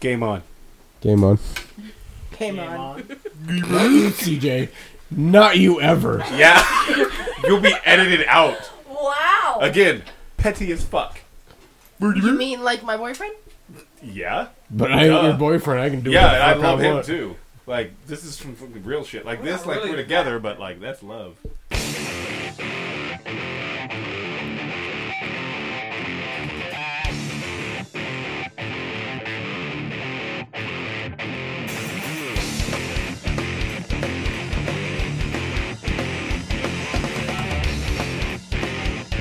Game on. Game on. Came on. CJ, not you ever. Yeah. You'll be edited out. Wow. Again, petty as fuck. You Hmm? mean like my boyfriend? Yeah. But I ain't Yeah. your boyfriend. I can do Yeah, whatever and the I fuck love him want. too. Like, this is from fucking real shit. Like, this, not like, really- we're together, but, like, that's love.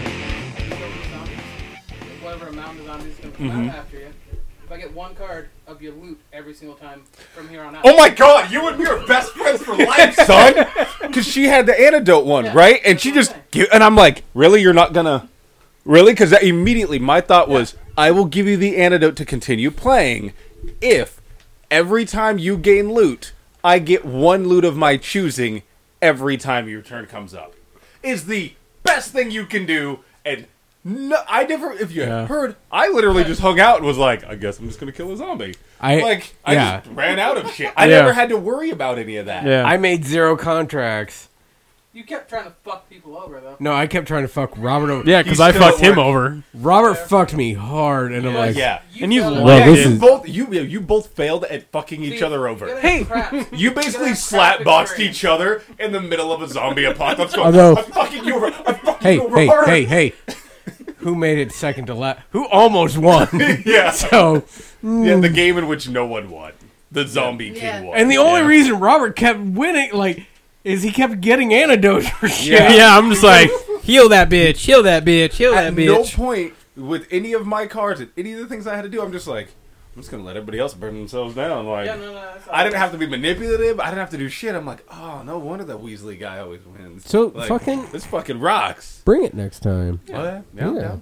zombies, whatever amount of zombies is going to come Mm-hmm. out after you. If I get one card of your loot every single time from here on out. Oh my god, you and me are best friends for life, son because she had the antidote one right and she just gi- and i'm like really you're not gonna really because immediately my thought was i will give you the antidote to continue playing if every time you gain loot i get one loot of my choosing Every time your turn comes up, is the best thing you can do, and no, I never, if you Yeah. heard, I literally just hung out and was like, I guess I'm just gonna kill a zombie. I- like, I yeah. just ran out of shit. I Yeah. never had to worry about any of that. Yeah. Yeah. I made zero contracts. You kept trying to fuck people over, though. No, I kept trying to fuck Robert. Over. yeah because He's i still at fucked him work. over Robert fucked me hard, and I'm like, Yeah. And you fell love in Well, love this You is both you you both failed at fucking each with other you. over. You're Hey. gonna have craps. You You're basically gonna have slap crap boxed experience. each other in the middle of a zombie apocalypse. Going, Although- I'm fucking you over. I'm fucking hey, you over. hey, hard." hey, hey. Who made it second to last? Who almost won? Yeah. so, yeah, the game in which no one won. The zombie Yeah. king won. and the only reason Robert kept winning, like, is he kept getting antidotes for shit. yeah, i'm just like Heal that bitch. Heal that bitch. Heal that at no bitch. point with any of my cards and any of the things I had to do, I'm just like, I'm just gonna let everybody else burn themselves down. Like, Yeah, no, no, that's I didn't have to be manipulative. I didn't have to do shit. I'm like, oh no wonder that Weasley guy always wins. So, Like, fucking- this fucking rocks. Bring it next time. Yeah, yeah, Yeah. yeah.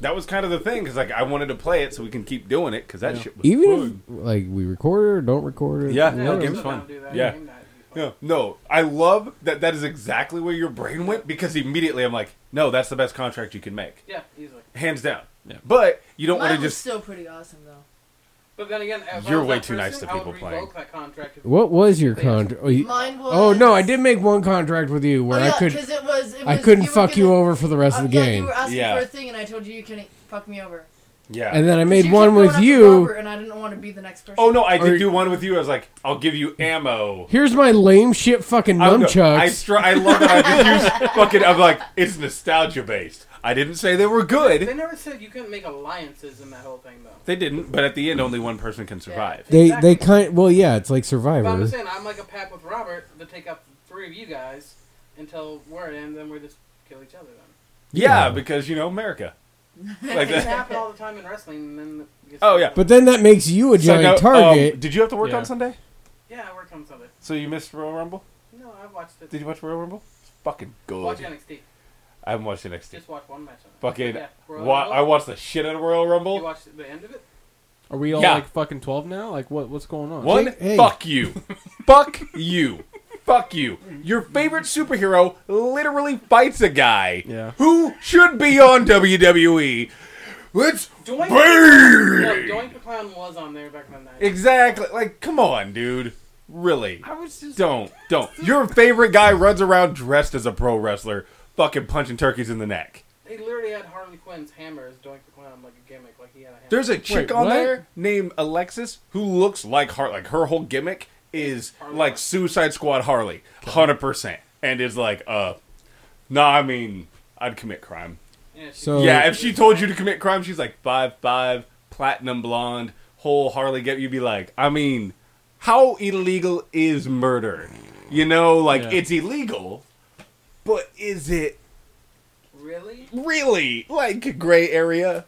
That was kind of the thing because like I wanted to play it so we can keep doing it because that shit was Even fun. if, like, we record it or don't record it. Yeah. Yeah, No, I game's still fun. don't do that. Yeah. Game night is fun. Yeah. No, I love that. That is exactly where your brain went because immediately I'm like, no, that's the best contract you can make, Yeah, easily. hands down. Yeah. But you don't want Mine to was just still pretty awesome though. But then again, if I You're was way that too nice person, to I would people playing. revoke that contract if- What was your contract? Mine was. Oh, no, I did make one contract with you Oh, where yeah, I could. 'cause it was, it I was- couldn't you were fuck you gonna- over for the rest uh, of the yeah, game. You were asking Yeah. for a thing, and I told you you couldn't fuck me over. yeah. and then I made You kept one going with after you. Robert, and I didn't want to be the next person. oh no, I did Or- do one with you. I was like, I'll give you ammo. Here's my lame shit fucking I don't know. I nunchucks. str- I love that I just use fucking. I'm like, it's nostalgia based. I didn't say they were They good. never said you couldn't make alliances in that whole thing, though. They didn't. But at the end, only one person can survive. They Exactly. they kind well yeah it's like But I'm Survivor. just saying, I'm like a pack with Robert to take up three of you guys until we're at end, then we're just kill each other then. Yeah, because you know America. Like uh, Things that. happen all the time in wrestling, and then it gets- Oh yeah. But then that makes you a So giant now, um, target. did you have to work Yeah. on Sunday? yeah, I work on Sunday. So you missed Royal Rumble? No, I've watched it. Did you watch Royal Rumble? It's fucking good. watch NXT? I haven't watched NXT. Just watch one match. On it. Fucking, Yeah, Royal wa- Rumble. I watched the shit out of Royal Rumble. You watched the end of it. are we all Yeah. like fucking 12 now like what what's going on One, Hey, hey. fuck you. fuck you. Fuck you. Your favorite superhero literally fights a guy Yeah. who should be on E. WWE. Let's Doink. No, burn. Doink the Clown was on there back in the night. Exactly. Like, come on, dude. Really. i was just Don't. Don't. Your favorite guy runs around dressed as a pro wrestler, fucking punching turkeys in the neck. They literally had Harley Quinn's hammer as Doink the Clown, like a gimmick, like he had a hammer. There's a chick Wait, on what? there named Alexis who looks like Har like her whole gimmick is Harley. like Suicide Squad Harley, hundred percent, and is like, uh, nah, I mean, I'd commit crime. yeah, she- Oh. So- yeah, if she told you to commit crime, she's like five five, platinum blonde, whole Harley get. You'd be like, I mean, how illegal is murder? You know, like Yeah. it's illegal, but is it really. really like gray area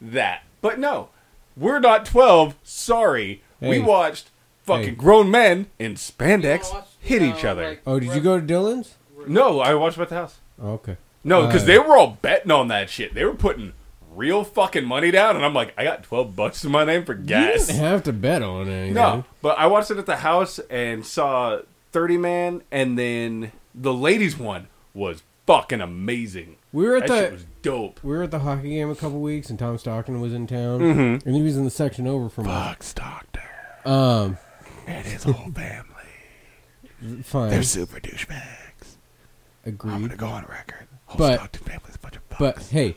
that but no we're not 12 sorry we Hey. watched fucking Hey. grown men in You spandex know, I watched, hit uh, each other like- oh, did you go to Dylan's? no i watched about the house Oh, okay. no because Uh, they were all betting on that shit they were putting real fucking money down and i'm like i got 12 bucks in my name for You gas didn't have to bet on anything. no but i watched it at the house and saw 30 man and then the ladies one was fucking amazing We were at That the shit was dope. we were at the hockey game a couple weeks, and Tom Stockton was in town, Mm-hmm. and he was in the section over from us. Stockton Um, and his whole family. fine, They're super douchebags. I'm agreed. gonna go on record. Whole But- Stockton family's a bunch of But fucks. hey,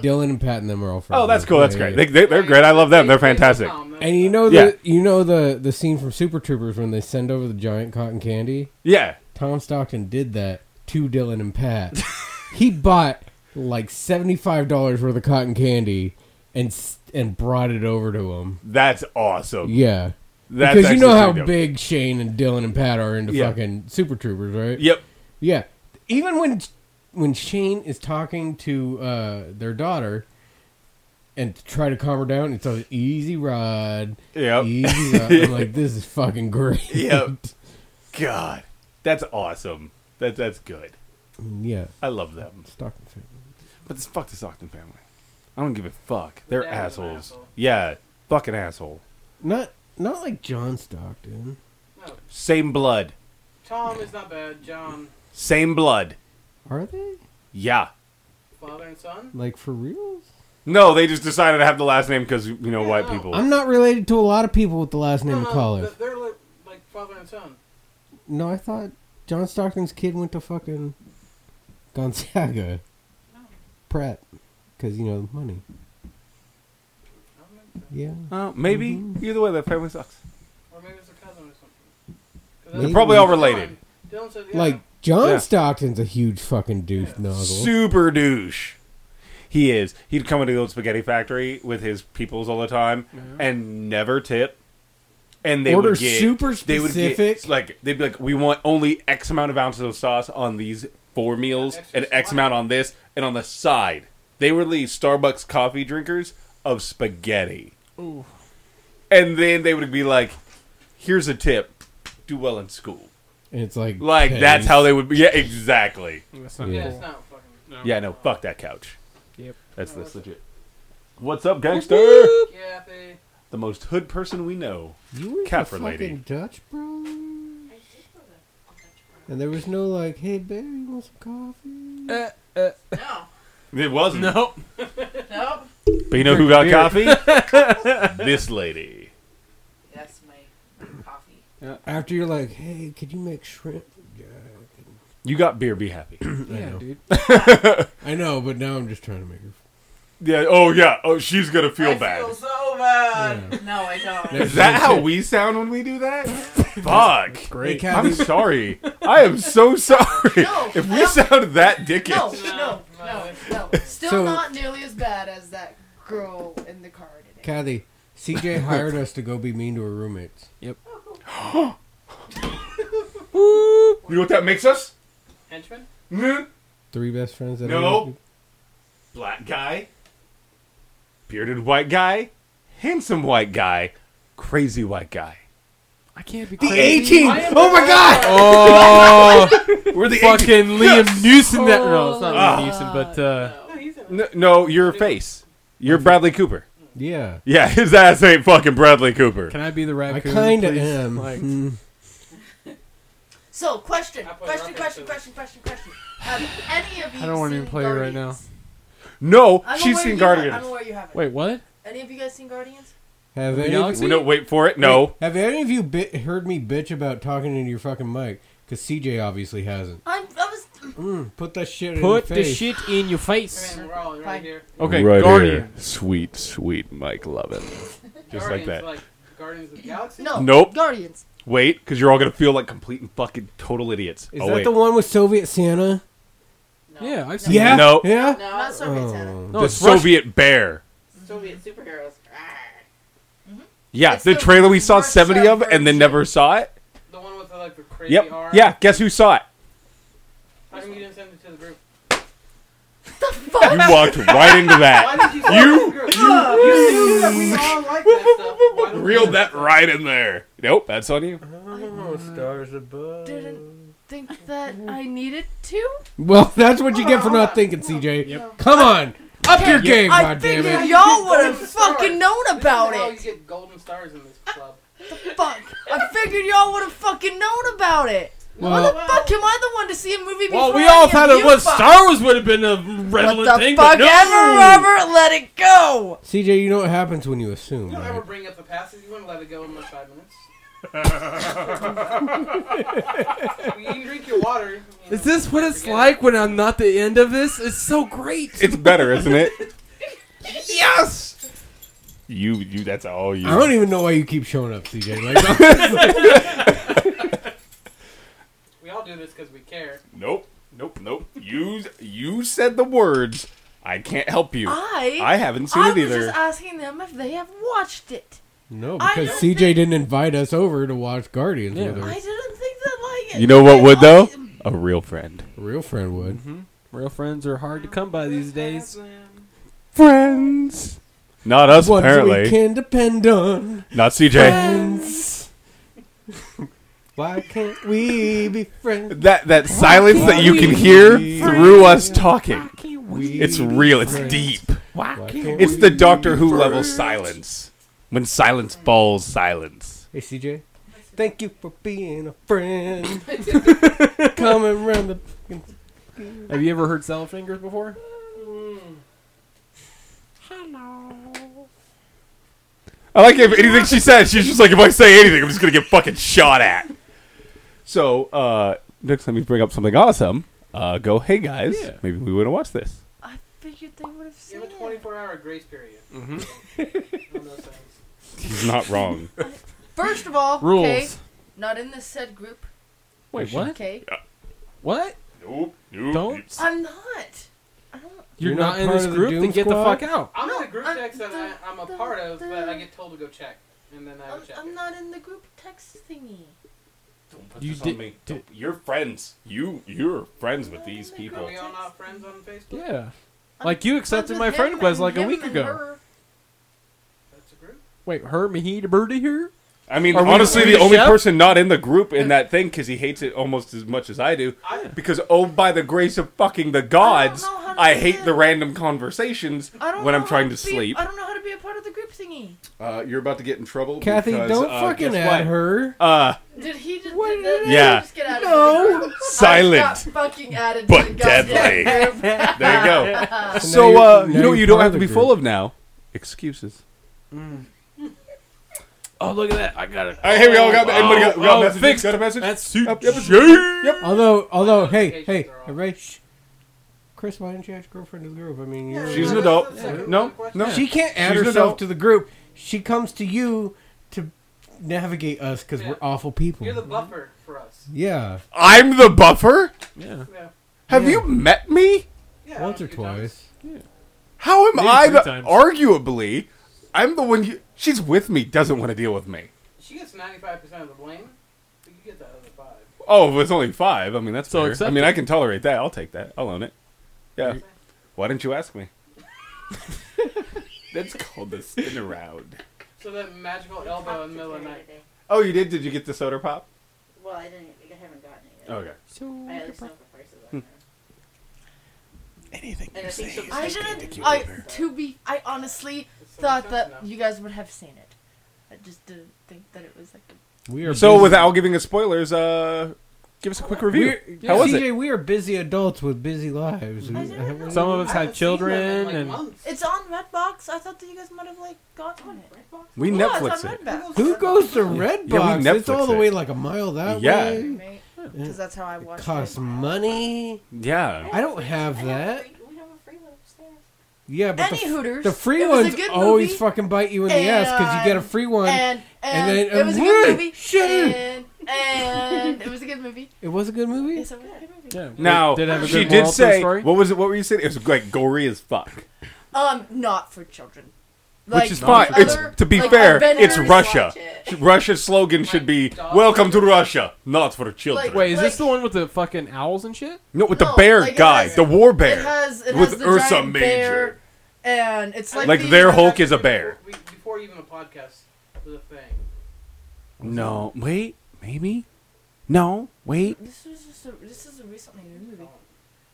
Dylan and Pat and them are all friends. Oh, that's cool. That's great. Yeah, yeah, They, they, they're great. I love them. They're fantastic. yeah. And you know the Yeah. you know the the scene from Super Troopers when they send over the giant cotton candy. Yeah. Tom Stockton did that to Dylan and Pat. he bought like seventy five dollars worth of cotton candy and s- and brought it over to him. That's awesome. Yeah. That's because you know actually how pretty dope. big Shane and Dylan and Pat are into Yeah. fucking Super Troopers, right? Yep. Yeah. Even when when Shane is talking to uh, their daughter and to try to calm her down, it's like easy ride. Yep. Easy ride. I'm like, this is fucking great. Yep. God. That's awesome. That, that's good. yeah. I love them. Stockton fan. But this fuck the Stockton family. I don't give a fuck. They're Dad was an assholes. asshole. Yeah. Fucking asshole. Not not like John Stockton. No, Same blood. Tom is not bad. John, Same blood. Are they? Yeah. father and son. Like for reals? No, they just decided to have the last name because, you know, Yeah, white no. people. I'm not related to a lot of people with the last name of they're, Colliff. they're li- like father and son. No, I thought John Stockton's kid went to fucking Gonzaga. Pratt. Because, you know, money. Yeah. Uh, maybe. Mm-hmm. Either way, that family sucks. Or maybe it's a cousin or something. They're 'Cause that's- probably all Dylan- related. Dylan said, yeah, Like, John Yeah. Stockton's a huge fucking douche nozzle. Super douche. He is. He'd come into the old spaghetti factory with his peoples all the time and never tip. And they Order would get, super They would get, specific. like they'd be like, we want only X amount of ounces of sauce on these four meals, extra and X slice. amount on this, and on the side. They were the Starbucks coffee drinkers of spaghetti. And then they would be like, "Here's a tip: do well in school." and it's like. Like hey, that's how they would be. Yeah, exactly. That's not not Yeah. yeah, cool. it's not fucking. Yeah, no, fuck that couch. Yep. That's that's legit. What's up, gangster? Kathy. The most hood person we know. You were Catford fucking lady. Dutch, bro. And there was no, like, hey, babe, you want some coffee? No. It wasn't. Nope. Nope. But you know who got coffee? this lady. That's my coffee. Uh, After you're like, hey, could you make shrimp? Yeah, You got beer, be happy. I know. dude. I know, but now I'm just trying to make her. yeah, oh yeah. Oh she's gonna feel I bad. feel so Uh, bad. No, I don't. Is that how we sound when we do that? Fuck. Great. Hey, I'm Kathy, sorry. I am so sorry. No, if I we don't- sound that dickish. No, no, no, no. Still So- not nearly as bad as that girl in the car today. Kathy, CJ hired us to go be mean to her roommates. You know what that makes us? Henchman? Mm. Three best friends that No. Black guy, bearded white guy, handsome white guy, crazy white guy. I can't be The crazy. 18! Oh my god! Oh, We're the fucking Liam Neeson. That no, it's not Ah! Liam Neeson, but uh, No, Oh, he's in it. No, no, your face. You're Bradley Cooper. Yeah. Yeah, his ass ain't fucking Bradley Cooper. can I be the I raccoon? kind of please? am. Like, Mm. So, question, I play question, Rocket question, League. question, question, question. Have any of you don't wanna seen even play right Guardians? now. No, I'm she's aware seen you Have, Guardians. I'm aware you haven't. wait, what? Any of you guys seen Guardians? Have any, of, Galaxy? No, wait for it. No. have any of you bi- heard me bitch about talking into your fucking mic? Because CJ obviously hasn't. I'm, I was. Mm, put that shit Put in the your face. shit in your face. We're all right Fine. here. Okay, Guardian. Sweet, sweet Mike Lovin. Just like Guardians, that. Like Guardians of the Galaxy. No. Nope. Guardians. Wait, because you're all going to feel like complete and fucking total idiots. Is oh, that wait. the one with Soviet Santa? Yeah, I've seen. Yeah. No. Yeah? No. Not Soviet Santa. Oh. No, The it's Russian. Soviet bear. Soviet superheroes. Yeah, It's the, the trailer we saw Russia 70 of and then version. never saw it. The one with the, like the crazy Yep. arm. Yeah, guess who saw it? How come you didn't send it to the group? You walked right into that. Why did you send it to the group? You, knew that we all like that stuff. Why don't Reeled you- that right in there. Nope, that's on you. stars above. Didn't think that I needed to. Well, that's what you get for not thinking, CJ. Come on, up your game, I goddammit. figured y'all would have Golden Star. fucking known This is about how You it. get golden stars in this club. Fuck. I figured y'all would have fucking known about it. Why the fuck am I the one to see a movie before Well, we all any thought of it you was fucks? Star Wars would have been a What relevant the thing, fuck but no. ever, Robert? Let it go. CJ, you know what happens when you assume, You don't right? ever bring up the past if you want to let it go in like five minutes. you can drink your water. you know. Is this what it's Forget like when I'm not the end of this? It's so great. It's better, isn't it? yes. You, you. That's all you. I don't even know why you keep showing up, CJ. Like, We all do this because we care. Nope. Nope. Nope. You, you said the words. I can't help you. I I haven't seen I it was either. just asking them if they have watched it. no, I because don't CJ think- didn't invite us over to watch Guardians Yeah. with I her. didn't think that like it. You know what I would though? like- A real friend. Real friend would. Real friends are hard to come by these days. Friends. Not us, Ones we apparently. can depend on. Not CJ. Friends. Why can't we be friends? That that silence that you can we hear be through us talking. We It's real. It's friends? deep. Why Why can't can't It's the Doctor Who level silence. When silence falls, silence. Hey, CJ. Thank you for being a friend. Coming around the. Have you ever heard Salad Fingers before? I like if anything she says, she's just like, if I say anything, I'm just gonna get fucking shot at. So, uh, next time you bring up something awesome, uh, go, hey guys, Yeah. maybe we want to watch this. I figured they would have You seen have a it. 24 hour grace period. Mm-hmm. Mm-hmm. those things. He's not wrong. First of all, Rules. okay, not in this said group. Wait, what? Okay, What? nope, nope. Don't. I'm not. I don't. You're, You're not, not in part this of the group, then Doom get the Squad? fuck out. I'm No, in a group I'm- text that I, I'm a the- part of, but I the- get told to go check. And then I I'm, would check. I'm it. not in the group text thingy. Don't put You this did- on me. did- you're friends. You you're friends with these Are people. we all not friends on Facebook? Yeah. I'm Like you friends accepted with my him friend request and like a him week and ago. her. That's a group. Wait, her, me, he, the birdie here? I mean, Are we- honestly, are we the only chef? person not in the group in that thing because he hates it almost as much as I do. I, Because oh, by the grace of fucking the gods, know how to I do hate that. the random conversations I don't when know I'm how trying to be- sleep. I don't know how to be a part of the group thingy. Uh, you're about to get in trouble, Kathy, because, don't uh, fucking guess add what? her. Uh, Did he just? What Did that, is- did Yeah. He just get out No. Of the group? Silent, I got fucking added but to the goddamn deadly. group. there you go. now so you're- uh, now you know what you're you don't part have of to be the group. full of now excuses. Oh, look at that. I got it. All right, here we all got. Everybody got, we got oh, messages. fixed. Got a message. That's super. Yep, yep, yep. Although, although, hey, Notifications hey, are off. everybody, shh. Chris, why didn't you ask girlfriend to the group? I mean, you're, She's an Yeah, adult. that's the No, question. no. she can't add She's an herself adult. to the group. She comes to you to navigate us because Yeah. we're awful people. You're the buffer for us. yeah, I'm the buffer. Yeah. Yeah. Have you met me? yeah once or you don't- twice. How am Maybe I three the times. arguably? I'm the one. You, she's with me. Doesn't want to deal with me. She gets 95% of the blame, but you get the other five. Oh, if it's only five. I mean, that's So fair. accept I mean, it. I can tolerate that. I'll take that. I'll own it. Yeah. Why didn't you ask me? that's called the spin around. So that magical elbow in the middle of the night. Oh, you did. Did you get the soda pop? Well, I didn't. I haven't gotten it yet. Okay. I at least know what the price is on there. Anything. And I think she'll I just- didn't. I to be. I honestly thought that you guys would have seen it. I just didn't think that it was like. A, We are So busy- without giving us spoilers, uh, give us a quick review. We're- How was CJ, it? we are busy adults with busy lives. uh, I didn't know. Some of I haven't us have seen them in, children, like, and months. it's on Redbox. I thought that you guys might have like gotten it. We Yeah, Netflix it's on it. Redbox. Who goes to Redbox? Yeah, we it's all Netflix the it. way like a mile that Yeah. way. Because that's how I watched Costs it. money. Yeah. I don't have that. We have a free one upstairs. Yeah, but Any the, Hooters. the free It was a ones good always movie, fucking bite you in the ass because you get a and- free one. And, and, then- it was a Wait, good movie. shit. And, and it was a good movie. it was a good movie. It's a really good movie. yeah, Now did it have a she good moral did to the say story? what was it? What were you saying? It was like gory as fuck. Um, not for children. Which is fine. It's other- to be like, fair, Avengers- it's Russia. watch it. Sh- Russia's slogan should be dog. "Welcome to Russia, not for children." Like- Wait, is this Like- the one with the fucking owls and shit? no, with the no, bear like, it guy, has- the war bear, It has it with has the Ursa giant Major. bear, and it's like Like the- their Hulk is a bear. We, before even the podcast was a thing. No, wait, maybe. No, wait. This was just a, this is a recently new movie.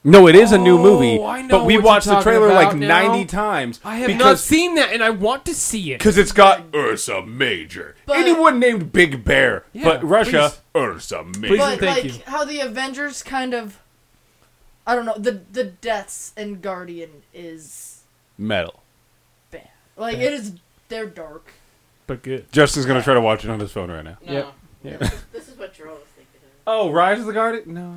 No, it is a new movie, Oh, I know but we what you're watched the talking trailer like about now. 90 times. I have not because, seen that, and I want to see it. Because it's got Ursa Major. But- Anyone named Big Bear, Yeah, but Russia, Ursa Please Major. and but thank like you. how the Avengers kind of, I don't know, the the deaths in Guardian is Metal. bad. Like it is, they're dark. But good. Justin's going to try to watch it on his phone right now. No. Yep. This is what Jarrell was thinking of. Oh, Rise of the Guardian? No.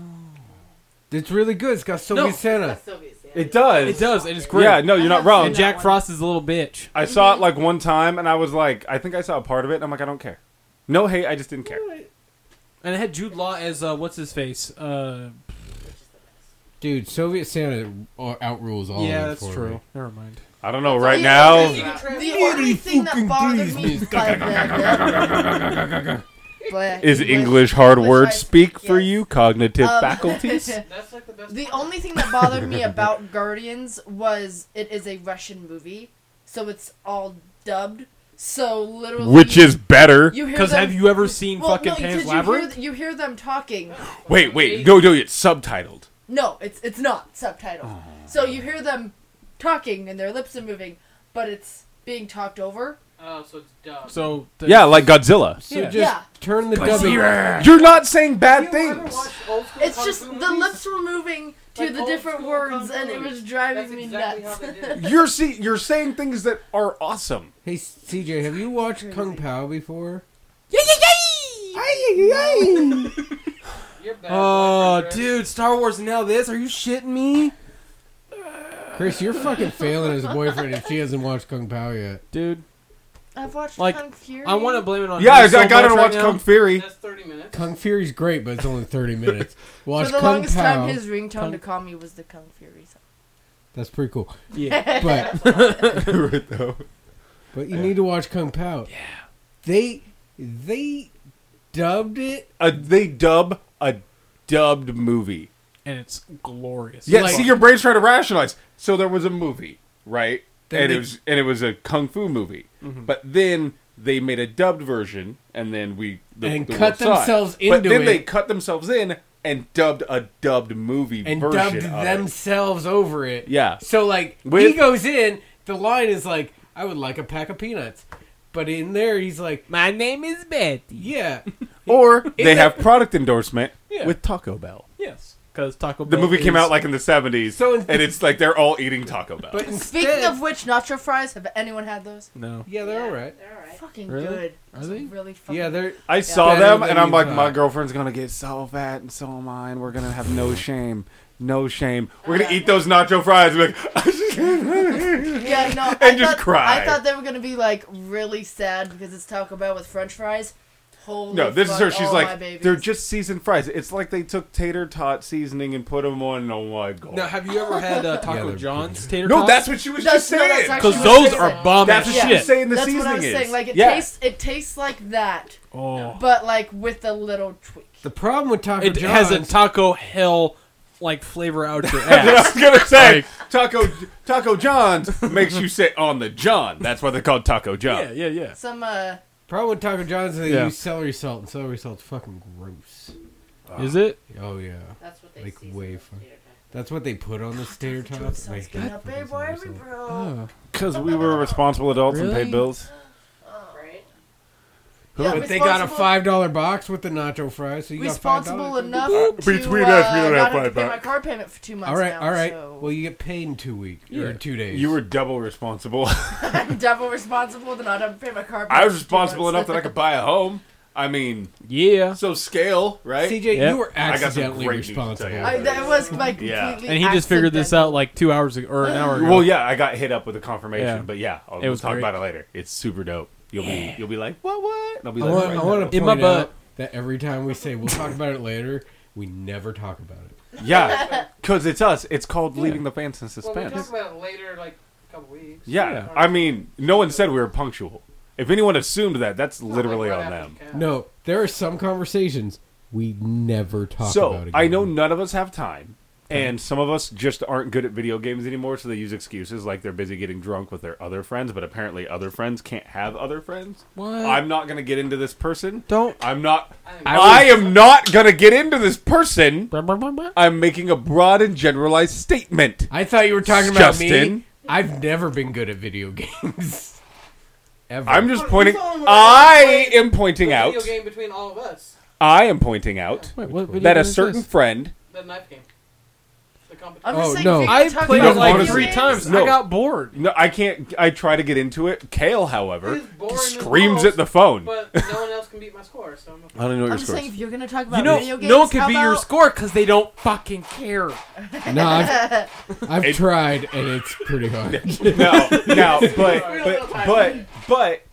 It's really good. It's got Sylvia No. Santa. That's Sylvia's. Yeah. It does. It does, and it's great. Yeah, no, Oh, you're not wrong. And That Jack one. Frost is a little bitch. I saw it like one time and I was like, I think I saw a part of it and I'm like, I don't care. No hate, I just didn't care. And it had Jude Law as uh, what's his face? Uh, Dude, Soviet Santa o- outrules all of yeah, them that's for true. me. Never mind. I don't know. Right The now, only- the only thing that bothered me by the- But- is but- English hard English words I- speak for yes. you, cognitive Um, faculties? That's like the best. The part. only thing that bothered me about Guardians was it is a Russian movie, so it's all dubbed. So literally, Which is better. you hear Because them- have you ever seen well, fucking no, Pan's did You Labyrinth? hear, you hear them talking. Wait, wait, no, no, it's subtitled. No, it's it's not subtitled. So you hear them talking and their lips are moving, but it's being talked over. Oh, so it's dumb. So the- Yeah, like Godzilla. So Yeah. just Yeah. turn the dubbing. You're not saying bad You ever things. watch old school It's kung just fu the movies? lips were moving to Like the old different school words, kung and it fu. was driving That's me exactly nuts. how they did it. You're see, you're saying things that are awesome. Hey, CJ, have you watched Kung Pao before? You're bad. Oh, Black Panther. dude, Star Wars and now this? Are you shitting me? Chris, you're fucking failing as a boyfriend if she hasn't watched Kung Pao yet. Dude, I've watched Like, Kung Fury. I want to blame it on. Yeah, I, him so I gotta much watch right Kung now. Fury. That's 30 minutes. Kung Fury's great, but it's only 30 minutes. For Watch the Kung longest Pao. time, his ringtone Kung- to call me was the Kung Fury song. That's pretty cool. Yeah, But but you need to watch Kung Pao. Yeah. They they dubbed it. Uh, they dub a dubbed movie. and it's glorious. Yeah, Like- see, your brain's trying to rationalize. So there was a movie, right? Then and they- Mm-hmm. it was and it was a kung fu movie. But then they made a dubbed version, and then we the, And the cut world saw it. themselves But into then they it. cut themselves in and dubbed a dubbed movie and version of dubbed it. themselves over it. Yeah. So like he With- goes in, the line is like, "I would like a pack of peanuts," but in there he's like, My name is Betty. "Yeah, Or they Isn't have product endorsement Yeah. with Taco Bell. yes, because Taco. The Bell movie came is- out like in the seventies, So- and it's like they're all eating Taco Bell. but instead, Speaking of which, nacho fries. Have anyone had those? No, yeah, they're all right. They're alright. Fucking Really? good. Are they? Really fucking. Yeah, they're I saw Better them, than and I'm you like, thought. my girlfriend's gonna get so fat, and so am I, and we're gonna have no shame, no shame. We're gonna eat those nacho fries, and, be like, Yeah, no. I And just thought, cry. I thought they were gonna be like really sad because it's Taco Bell with French fries. Holy no, this is fuck, her. She's all my like, babies. they're just seasoned fries. It's like they took tater tot seasoning and put them on. Oh my god! now have you ever had uh, Taco they're John's tater? no, tots? that's what she was That's- just no, that's saying. actually- because those are Yeah. bomb That's as what Yeah. she was shit. saying. The That's seasoning what I was is saying. Like it yeah. tastes, it tastes like that, Oh, but like with a little tweak. the problem with Taco it John's. has a taco hell like flavor out your ass. I was gonna say Taco Taco John's makes you sit on the John. That's why they're called Taco John. yeah, yeah, yeah. Some uh, problem with Taco John's is they Yeah. use celery salt, and celery salt's fucking gross. Is it? Oh yeah, That's what they Like, season way with fun. tater tots. that's what they put on the tater tots. I sounds hate good up, fucking babe. Why are we celery salt. broke? Because we were responsible adults and paid bills. Oh. Right? Yeah, But they got a responsible- five dollar box with the nacho fries, so you got five responsible dollars. enough to Uh, Between uh, us, we don't have not have to five pay my bucks. car payment for two months All right, now. all right. So Well, you get paid in two weeks or in two days. You were double responsible. I'm double responsible to not have to pay my car. I payment was for two responsible months. enough that I could buy a home. I mean, Yeah. so scale, right? CJ, Yep. you were got some accidentally great news to tell you. responsible. I, that was like completely. Yeah. And he just figured this out accidental. like two hours ago, or an hour ago. well, yeah, I got hit up with a confirmation, Yeah. but yeah, I'll, It we'll was talk great. about it later. It's super dope. You'll be you'll be like, what what? And I'll be I like, want, "Right I now." want to In point my butt. out that every time we say we'll talk about it later, we never talk about it. yeah, because it's us. It's called leaving the fans in Well, we'll talk suspense. about it later, like a couple weeks. yeah. Or- I mean, no one said we were punctual. If anyone assumed that, that's Not literally like right on after them. the cat. No, there are some conversations we never talk about. So Again. I know none of us have time. And some of us just aren't good at video games anymore, so they use excuses like they're busy getting drunk with their other friends, but apparently other friends can't have other friends. Uh, What? I'm not going to get into this person. Don't. I'm not. I I am not going to get into this person. Blah, blah, blah, blah. I'm making a broad and generalized statement. I thought you were talking about Justin. me. I've never been good at video games. Ever. I'm just But pointing. you told him what I I am pointing out. Video game between all of us. I am pointing out Wait, what video that game a is certain this? friend. The knife game. The competition. I'm just Oh, saying no. if you're I talking played about it like video three games- times. No. I got bored. No, I can't. I try to get into it. Kale, however, It is boring as screams balls, at the phone. Oh. But no one else can beat my score, so I'm okay. I don't even know what I'm your just score saying if is. you're gonna talk about You know, video games, no one could how be your about- score because they don't fucking care. no, I've, I've tried and it's pretty hard. No, no, but We're a little but tired. but but,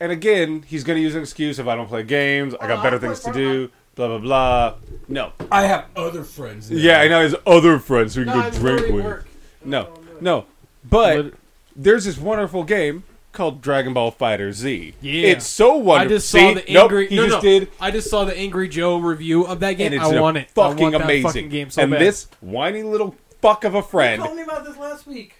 and again, he's going to use an excuse if I don't play games. I got better things to do. Blah blah blah. No. I have other friends. Yeah, I know his other friends who No, can I'm go drink totally with. work. Oh, No, That's what I'm doing. no. But Lit- there's this wonderful game called Dragon Ball Fighter Z. Yeah. It's so I wonderful. just saw See? the Nope, angry. he no, just no. did. I just saw the angry Joe review of that game. And it's I a want it. I fucking want that amazing. fucking game so and bad. this whiny little fuck of a friend. You told me about this last week.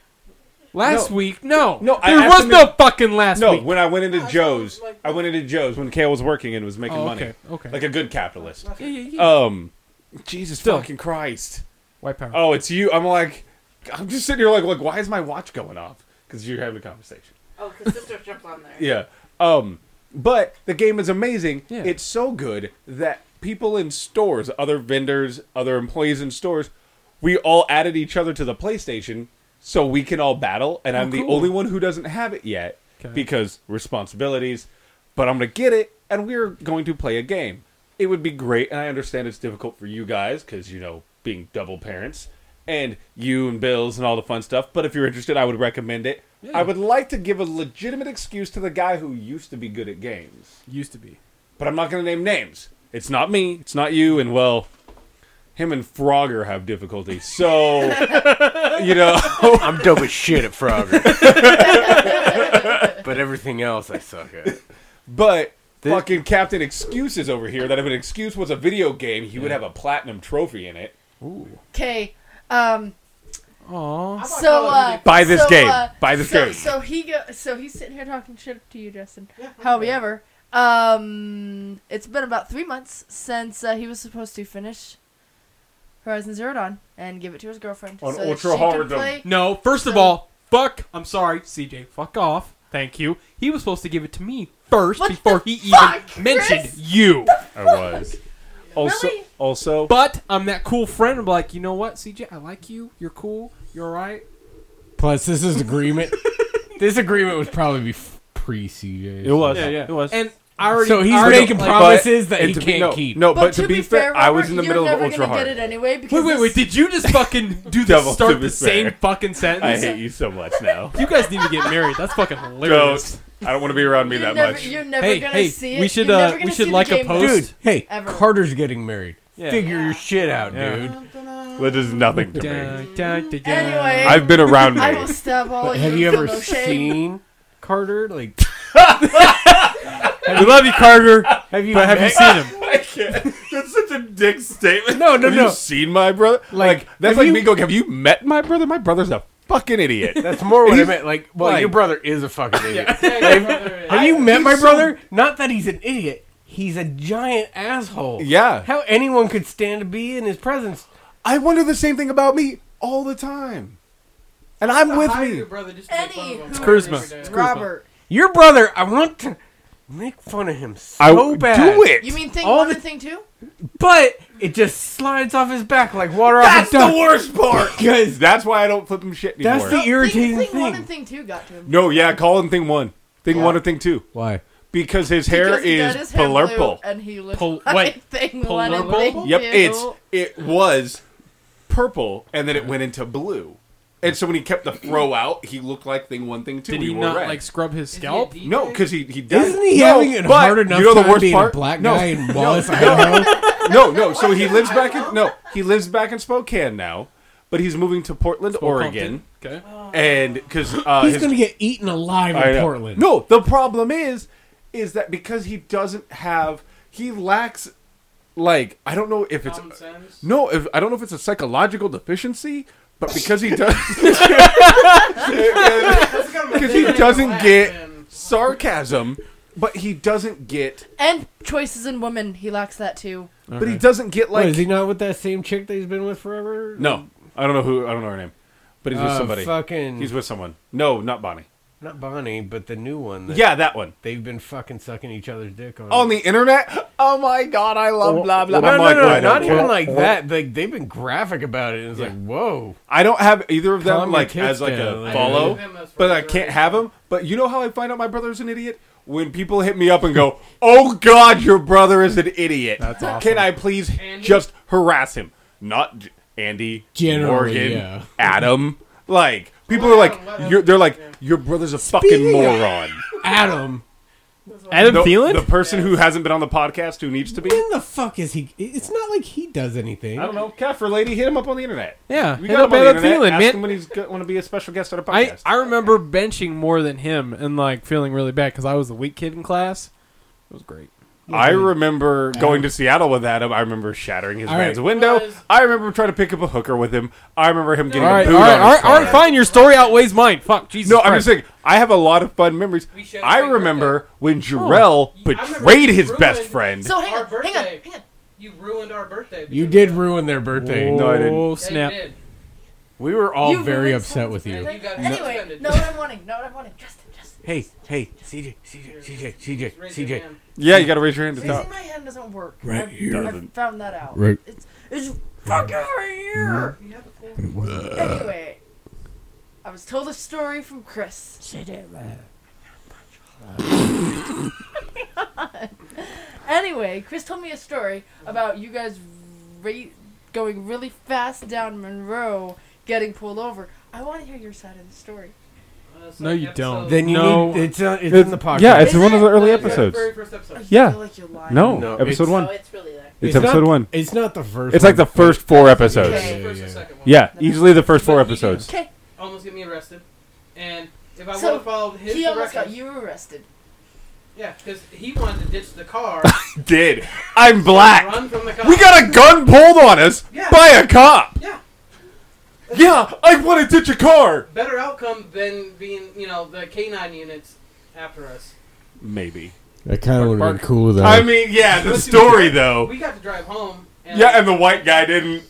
last No. week, no, No, I there asked was him no fucking last No, week. when I went into I saw it Joe's, like- I went into Joe's when Kale was working and was making Oh, money, okay, okay. like a good capitalist. yeah, yeah, yeah. Um, Jesus Still. fucking Christ! White power. Oh, it's you. I'm like, I'm just sitting here like, like, why is my watch going off? Because you're having a conversation. Oh, because sister jumped on there. Yeah. Um, but the game is amazing. Yeah. It's so good that people in stores, other vendors, other employees in stores, we all added each other to the PlayStation so we can all battle. And I'm the Oh, cool. only one who doesn't have it yet Okay. because responsibilities. But I'm going to get it and we're going to play a game. It would be great. And I understand it's difficult for you guys because, you know, being double parents and you and bills and all the fun stuff. But if you're interested, I would recommend it. Yeah. I would like to give a legitimate excuse to the guy who used to be good at games, Used to be. but I'm not going to name names. It's not me, it's not you, and well, him and Frogger have difficulty. So, you know, oh. I'm dope as shit at Frogger. but everything else I suck at. but fucking Captain Excuses over here that if an excuse was a video game, he would have a platinum trophy in it. Okay. Um. Aww. So uh, Buy this so, game. uh, Buy this so, game. So he go. So he's sitting here talking shit to you, Justin. However, um, it's been about three months since uh, he was supposed to finish Horizon Zero Dawn and give it to his girlfriend On so that ultra she could hard, though. play- No, first of So- all, fuck. I'm sorry, CJ. Fuck off. Thank you. He was supposed to give it to me first What before he fuck, even mentioned Chris? you. I was. Also, Really? also, But I'm that cool friend. I'm like, you know what, CJ? I like you. You're cool. You're alright. Plus, this is agreement. this agreement would probably be f- pre CJ. was. was. And I already. So he's I already, making like, promises that and he to be- can't no, keep. No, But, to, be, fair, I was Robert, in the you're middle of never ultra gonna hard. get it anyway because Wait, wait, wait! this- Did you just fucking do the Devil to start be the same fair. fucking I sentence? hate you so much now. You guys need to get married. That's fucking hilarious. I don't want to be around me you're that never, much. You're never Hey, gonna hey, see it. we should You're never uh, we gonna should see like the a game post. Dude, hey, Ever. Carter's getting married. Yeah. Figure your shit out, Yeah. dude. That does nothing to me. Dun, dun, dun, dun. Anyway, I've been around I will me. stab all Have you with ever no shame. seen Carter? Like, we love you, Carter. have you? But have you met- seen him? I can't. That's such a dick statement. No, no, have no. You seen my brother? Like, Like, that's have like you- me going. Have you met my brother? My brother's a fucking idiot. That's more what I He's- meant. Like, well, like- your brother is a fucking idiot. Yeah, Have you met my he's so- brother? Not that he's an idiot. He's a giant asshole. Yeah. How anyone could stand to be in his presence? I wonder the same thing about me all the time, and I'm with Hire me. your brother just to make fun of him. It's charisma. Every day. Robert, Your brother, I want to make fun of him so I bad. do it. you mean thing All one the- and thing two? But it just slides off his back like water that's off a the duck. worst part, guys. That's why I don't flip him shit anymore. That's the irritating thing, one thing. and thing two got to him. no, yeah, call him thing one, thing one, or thing two, Why? because his hair Because he is dyed his hair blue purple. and he looked Pol- like wait, thing one and purple? thing Yep, two. it's it was purple, and then it went into blue. And so when he kept the throw out, he looked like thing one, thing two. Did he he wore not red. like scrub his Is he a scalp? DJ? no, because he he does. Isn't he no, having it but hard enough You know the time worst being part? a black no, guy in Wallace, no, Idaho? no, no. So he lives back in no, he lives back in Spokane now, but he's moving to Portland, Oregon, Okay. and because uh, He's his- gonna get eaten alive I in know. Portland. No, the problem is, is that because he doesn't have, he lacks like I don't know if it's Common sense. no, if, I don't know if it's a psychological deficiency, but because he does, because he doesn't get sarcasm, but he doesn't get, And choices in women, he lacks that too. but he doesn't get What, like is he not with that same chick that he's been with forever? no, I don't know who, I don't know her name, but he's with Uh, somebody. Fucking, He's with someone. No, not Bonnie. not Bonnie, but the new one. That Yeah, that one. they've been fucking sucking each other's dick on. On the internet. Oh my god, I love blah blah. no, no, I'm no, like, wait, not okay. even like that. Like they've been graphic about it. And it's like, whoa, I don't have either of them Calm your like tits as like down, a like- follow, I believe him as but I far as can't I- have them. But you know how I find out my brother's an idiot when people hit me up and go, "Oh God, your brother is an idiot." That's awesome. Can I please Andy? just harass him? Not J- Andy, Generally, Morgan, yeah. Adam. Like people Well, are Adam, let like, him- you're, they're like, your brother's a fucking moron. Adam. Adam The, Thielen? the person who hasn't been on the podcast who needs to be. When the fuck is he? It's not like he does anything. I don't know, Kefir lady, hit him up on the internet. Yeah, We hit got up him on the Adam internet. Thielen, ask man. him when he's going to be a special guest on a I, podcast. I remember benching more than him and like feeling really bad because I was the weak kid in class. It was great. I remember going to Seattle with Adam. I remember shattering his All man's right. window. Was- I remember trying to pick up a hooker with him. I remember him getting All right, a all boot right, on all his right, all right. car. Fine, your story outweighs mine. Fuck, Jesus. No, I'm just Christ. saying. I have a lot of fun memories. We shared I the same remember when Jarrell remember betrayed his ruined- best friend. So hang Our on, hang on, birthday. hang on. You ruined our birthday. You because did of ruin their birthday. No, I didn't. that. Yeah, Oh you snap! did. We were all You very ruined upset with And you. you got Anyway, suspended. know what I'm wanting. Know what I'm wanting. Justin, Justin. Hey, hey, CJ, CJ, CJ, CJ, Raise your CJ. hand. Yeah, you got to raise your hand. It's not- Raising my hand doesn't work. Right I've, here. i found that out. Right. It's it's fucking right here. You have a full- uh, Anyway, I was told a story from Chris. Anyway, Chris told me a story about you guys ra- going really fast down Monroe, getting pulled over. I want to hear your side of the story. Uh, so No, you episode- don't. Then you No. need, it's, uh, it's, in the podcast. Yeah, it's Is one of the it? early Yeah, episodes. Very first episode. Yeah. I Oh, feel like you're lying. No, No, episode it's- one. Oh, it's really there. It's episode not, one. It's not the first. It's like the first four episodes. Okay. First or yeah. second one. Yeah, easily the first four But you didn't. episodes. Okay, Almost get me arrested. And if I So, would have followed his he almost got directions- you arrested. Yeah, because he wanted to ditch the car, Did I'm black? run from the car. We got a gun pulled on us Yeah. by a cop. Yeah. Yeah, I want to ditch a car. better outcome than being, you know, the K9 units after us. Maybe. That kind of would have been cool though. I mean, yeah, the story though. We got to drive home. And Yeah, and the white guy didn't.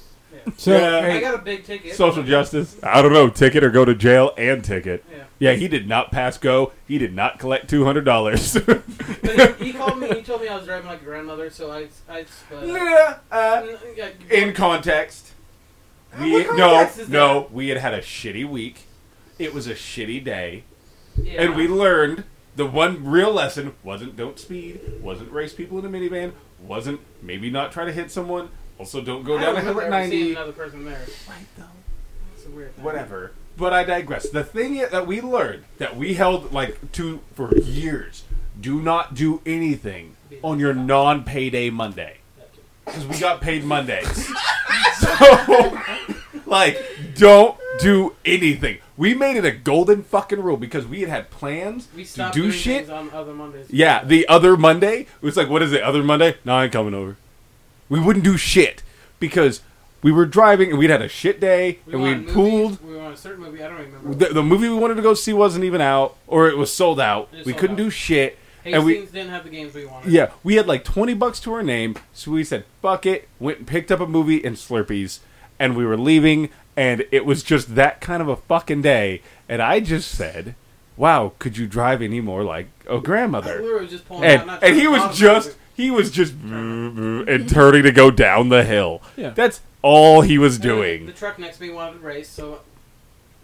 so, yeah. I got a big ticket. Social justice. I don't know, ticket or go to jail and ticket. Yeah. Yeah, he did not pass go. He did not collect two hundred dollars. But he, he called me. He told me I was driving like a grandmother, so I, I uh, split. yeah, In context, we uh, What no context is no we had had a shitty week. It was a shitty day, yeah. and we learned the one real lesson wasn't don't speed, wasn't race people in a minivan, wasn't maybe not try to hit someone. Also, don't go I down don't a hill remember at ever seeing ninety. another person there. It's a weird thing. whatever. But I digress. The thing i- that we learned that we held like to for years: do not do anything on your non-payday Monday because we got paid Monday. so, like, don't do anything. We made it a golden fucking rule because we had had plans We to stopped do doing shit. things on other Mondays. Yeah, the other Monday. It was like, what is it? Other Monday? No, I ain't coming over. We wouldn't do shit because we were driving and we'd had a shit day We and were on we'd movies, pooled. We were on a certain movie. I don't remember. The, the movie we wanted to go see wasn't even out, or it was sold out. It was we sold couldn't out. do shit, Hastings and we didn't have the games we wanted. yeah we had like twenty bucks to our name, so we said fuck it, went and picked up a movie and Slurpees, and we were leaving, and it was just that kind of a fucking day, and I just said, wow, could you drive any more like a I grandmother? literally was just pulling out. And Not and he trying to was bother just you. he was just and turning to go down the hill. Yeah. That's all he was And the- doing. The truck next to me wanted to race, so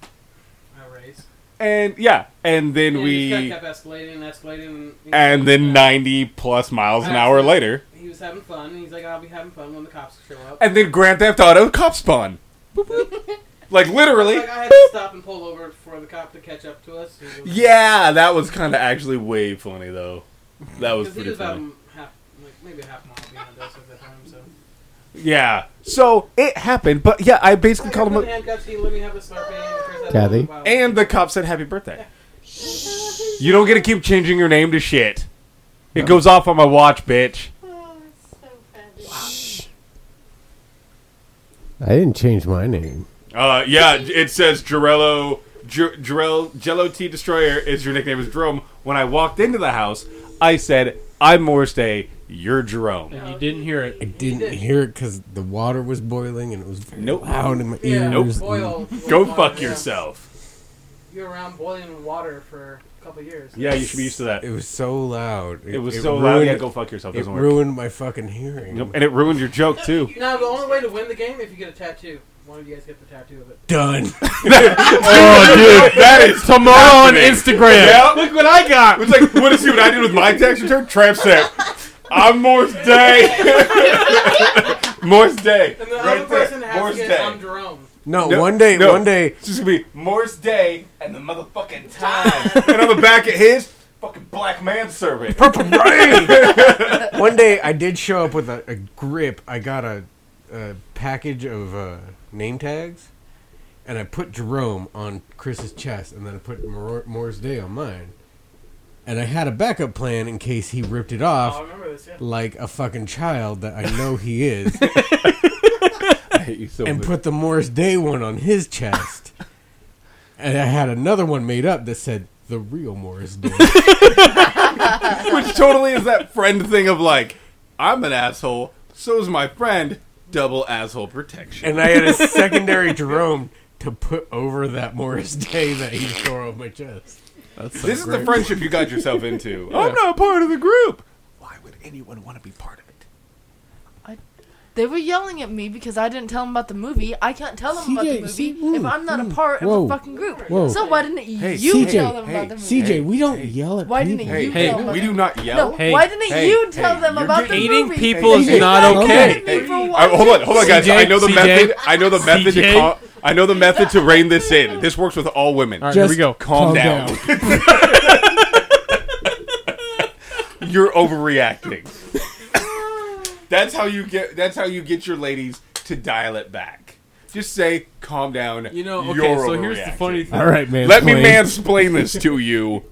I raced. And yeah, and then And we he just kept, kept escalating and escalating, and, and then Yeah. 90 plus miles an hour later. He was having fun, and he's like, "I'll be having fun when the cops show up." And then Grand Theft Auto cop spawn. Boop, boop. like literally. Like, I had to stop and pull over for the cop to catch up to us. He was- Yeah, that was kind of actually way funny though. That was because he pretty was um, about funny. a half, like maybe a half mile behind us at the time. So Yeah. So it happened, but yeah, I basically called him Put up the handcuffs. He let me have a slurpee. and Chris had a Kathy? little bottle. and the cop said happy birthday. You don't get to keep changing your name to shit. It goes off on my watch, bitch. Oh, it's so fabulous. I didn't change my name. Uh, yeah, it says Jarello, Jer- Jarell, Jello T Destroyer is your nickname is Jerome. When I walked into the house, I said, "I'm Morris Day. You're Jerome." And you didn't hear it. I didn't hear it because the water was boiling and it was very Nope. loud in my Yeah, ears. boil. Go boil fuck water, yeah. yourself. You're around boiling water for a couple years. Yeah, you should be used to that. It was so loud. It was so loud. Yeah, go fuck yourself. It Doesn't work. ruined my fucking hearing. Nope, And it ruined your joke too. Now the only way to win the game if you get a tattoo. One of you guys get the tattoo of it. Done. Oh, that is Tomorrow on happening. Instagram. Yeah. Look what I got. It's like, want to see what I did with my tax return? Tramp stamp. I'm Morse Day. Morse Day. And the right other person there. has Morse to get Day. I'm Jerome. No, No, one day, no. one day, It's just gonna be Morse Day and the motherfucking time. and on the back of his fucking black man servant. purple brain. one day, I did show up with a, a grip. I got a, a package of uh, name tags, and I put Jerome on Chris's chest, and then I put Mor- Moore's Day on mine. And I had a backup plan in case he ripped it off, Oh, I remember this. Yeah. like a fucking child that I know he is, I hate you so and put the Morris Day one on his chest. and I had another one made up that said the real Morris Day. Which totally is that friend thing of like, I'm an asshole, so is my friend. Double asshole protection. and I had a secondary Jerome to put over that Morris Day that he tore on my chest. this is the friendship you got yourself into. Oh, I'm not part of the group. Why would anyone want to be part of it? They were yelling at me because I didn't tell them about the movie. I can't tell them CJ, about the movie see, if ooh, I'm not ooh, a part of whoa, the fucking group. whoa. So why didn't you CJ, tell them hey, about the movie? CJ, we don't yell at Why people. didn't Hey, you tell hey, them about we the do not yell. No, Hey, why didn't hey, you tell hey, them you're about the getting- Eating movie? people is Hey, not hey, okay. oh, Hey, I, hold on, hold on, guys. CJ, I know the CJ. method. I know the method to CJ. call, I know the method to rein this in. This works with all women. All right, Just here we go. Calm, down. You're overreacting. that's how you get. That's how you get your ladies to dial it back. Just say, "Calm down." You know, okay, You're so here's the overreacting." funny thing. All right, man. Let me mansplain this to you.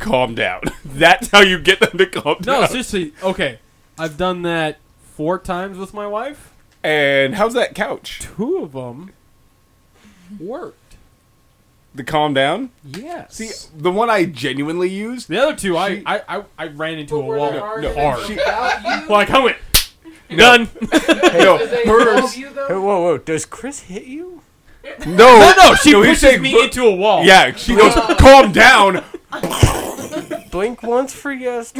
Calm down. That's how you get them to calm No, down. seriously. Okay. I've done that four times with my wife. and how's that couch? Two of them worked. The calm down. Yes. See, the one I genuinely used. the other two, I, She- I, I, I ran into But a were wall. there no, arguments hard. about you? Like, I went, done. No, Did they hers. involve you Hey, though? whoa, whoa! Does Chris hit you? No, no, no, she No, he's pushes saying me bu- into a wall. Yeah, she goes, calm down. Blink once for yes.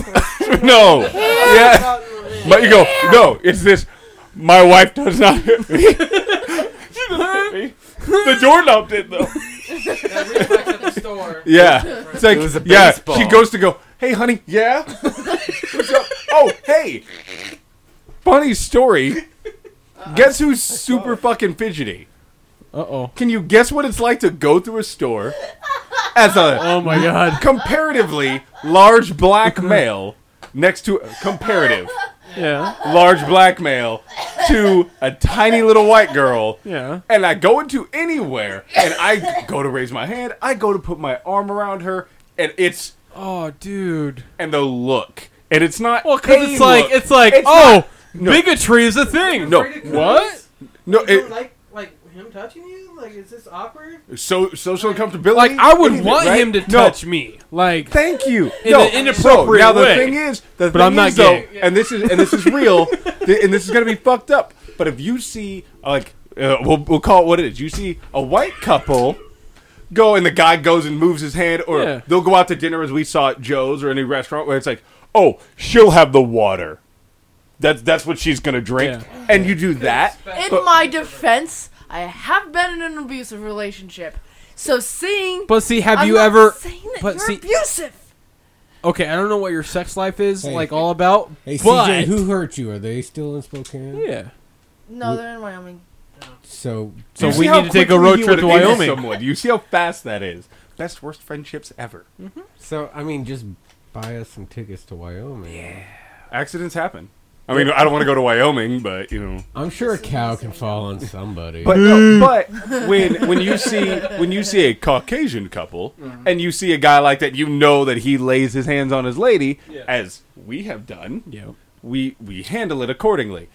No. Yeah. But you go, no, it's this. My wife does not hit me. She doesn't hit me. The doorknob did, though. That reflex at the store. Yeah. It's like, was a yeah, baseball. she goes to go, hey, honey, yeah? What's up? Oh, hey. Funny story. Guess who's super fucking fidgety? Uh oh. Can you guess what it's like to go through a store as a Oh my god. comparatively large black male next to comparative Yeah. large black male to a tiny little white girl Yeah. and I go into anywhere and I go to raise my hand, I go to put my arm around her and it's Oh, dude. and the look. And it's not Well, cause a it's like look. it's like It's oh, no. bigotry is a thing. No. Afraid of girls? What? no You don't it, like like him touching you? Like is this awkward? so social comfortability. Like I would anything, want right? him to No, touch me. Like Thank you. In no, an inappropriate so, now way. the thing is, the thing I'm not is, though, gay. and this is and this is real, th- and this is gonna be fucked up. But if you see like, uh, we'll we'll call it what it is. You see a white couple go, and the guy goes and moves his hand, or Yeah. they'll go out to dinner as we saw at Joe's or any restaurant where it's like, oh, she'll have the water. That's that's what she's gonna drink, and you do that. In But- my defense, I have been in an abusive relationship. So seeing But see, have I'm you not ever? saying that but you're see- abusive. Okay, I don't know what your sex life is Hey. like all about. Hey, but CJ, who hurt you? Are they still in Spokane? yeah, Mm. No, they're in Wyoming. So, So You we see how need to take a quickly road he trip to would angle Wyoming. Someone. You see how fast that is. Best worst friendships ever. so I mean, just buy us some tickets to Wyoming. Yeah. Accidents happen. I mean, I don't want to go to Wyoming, but you know. I'm sure a cow can fall on somebody. But no, but when when you see when you see a Caucasian couple and you see a guy like that, you know that he lays his hands on his lady, as we have done. yeah. We we handle it accordingly.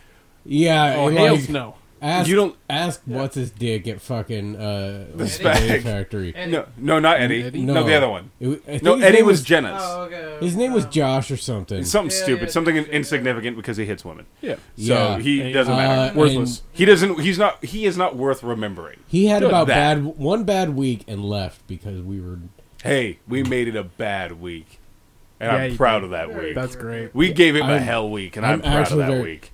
yeah, Oh, and hell like, no. Ask, You don't- ask what's his dick at fucking uh, what's the Spag. name factory. And, No, no, not Eddie. Eddie? No, the other one. It wa- I think No, his Eddie name was Jenna's. oh, okay. His name was Uh, Josh or something. Something Yeah, stupid, yeah, something yeah, yeah. insignificant because he hits women. Yeah. Yeah. So he Hey, doesn't matter. Uh, Worthless. He doesn't. He's not. He is not worth remembering. He had Good. about That. bad one bad week and left because we were Hey, we made it a bad week, and Yeah, I'm you proud of that week. That's great. we gave him a I'm- hell week, and I'm, I'm proud of actually that very- week.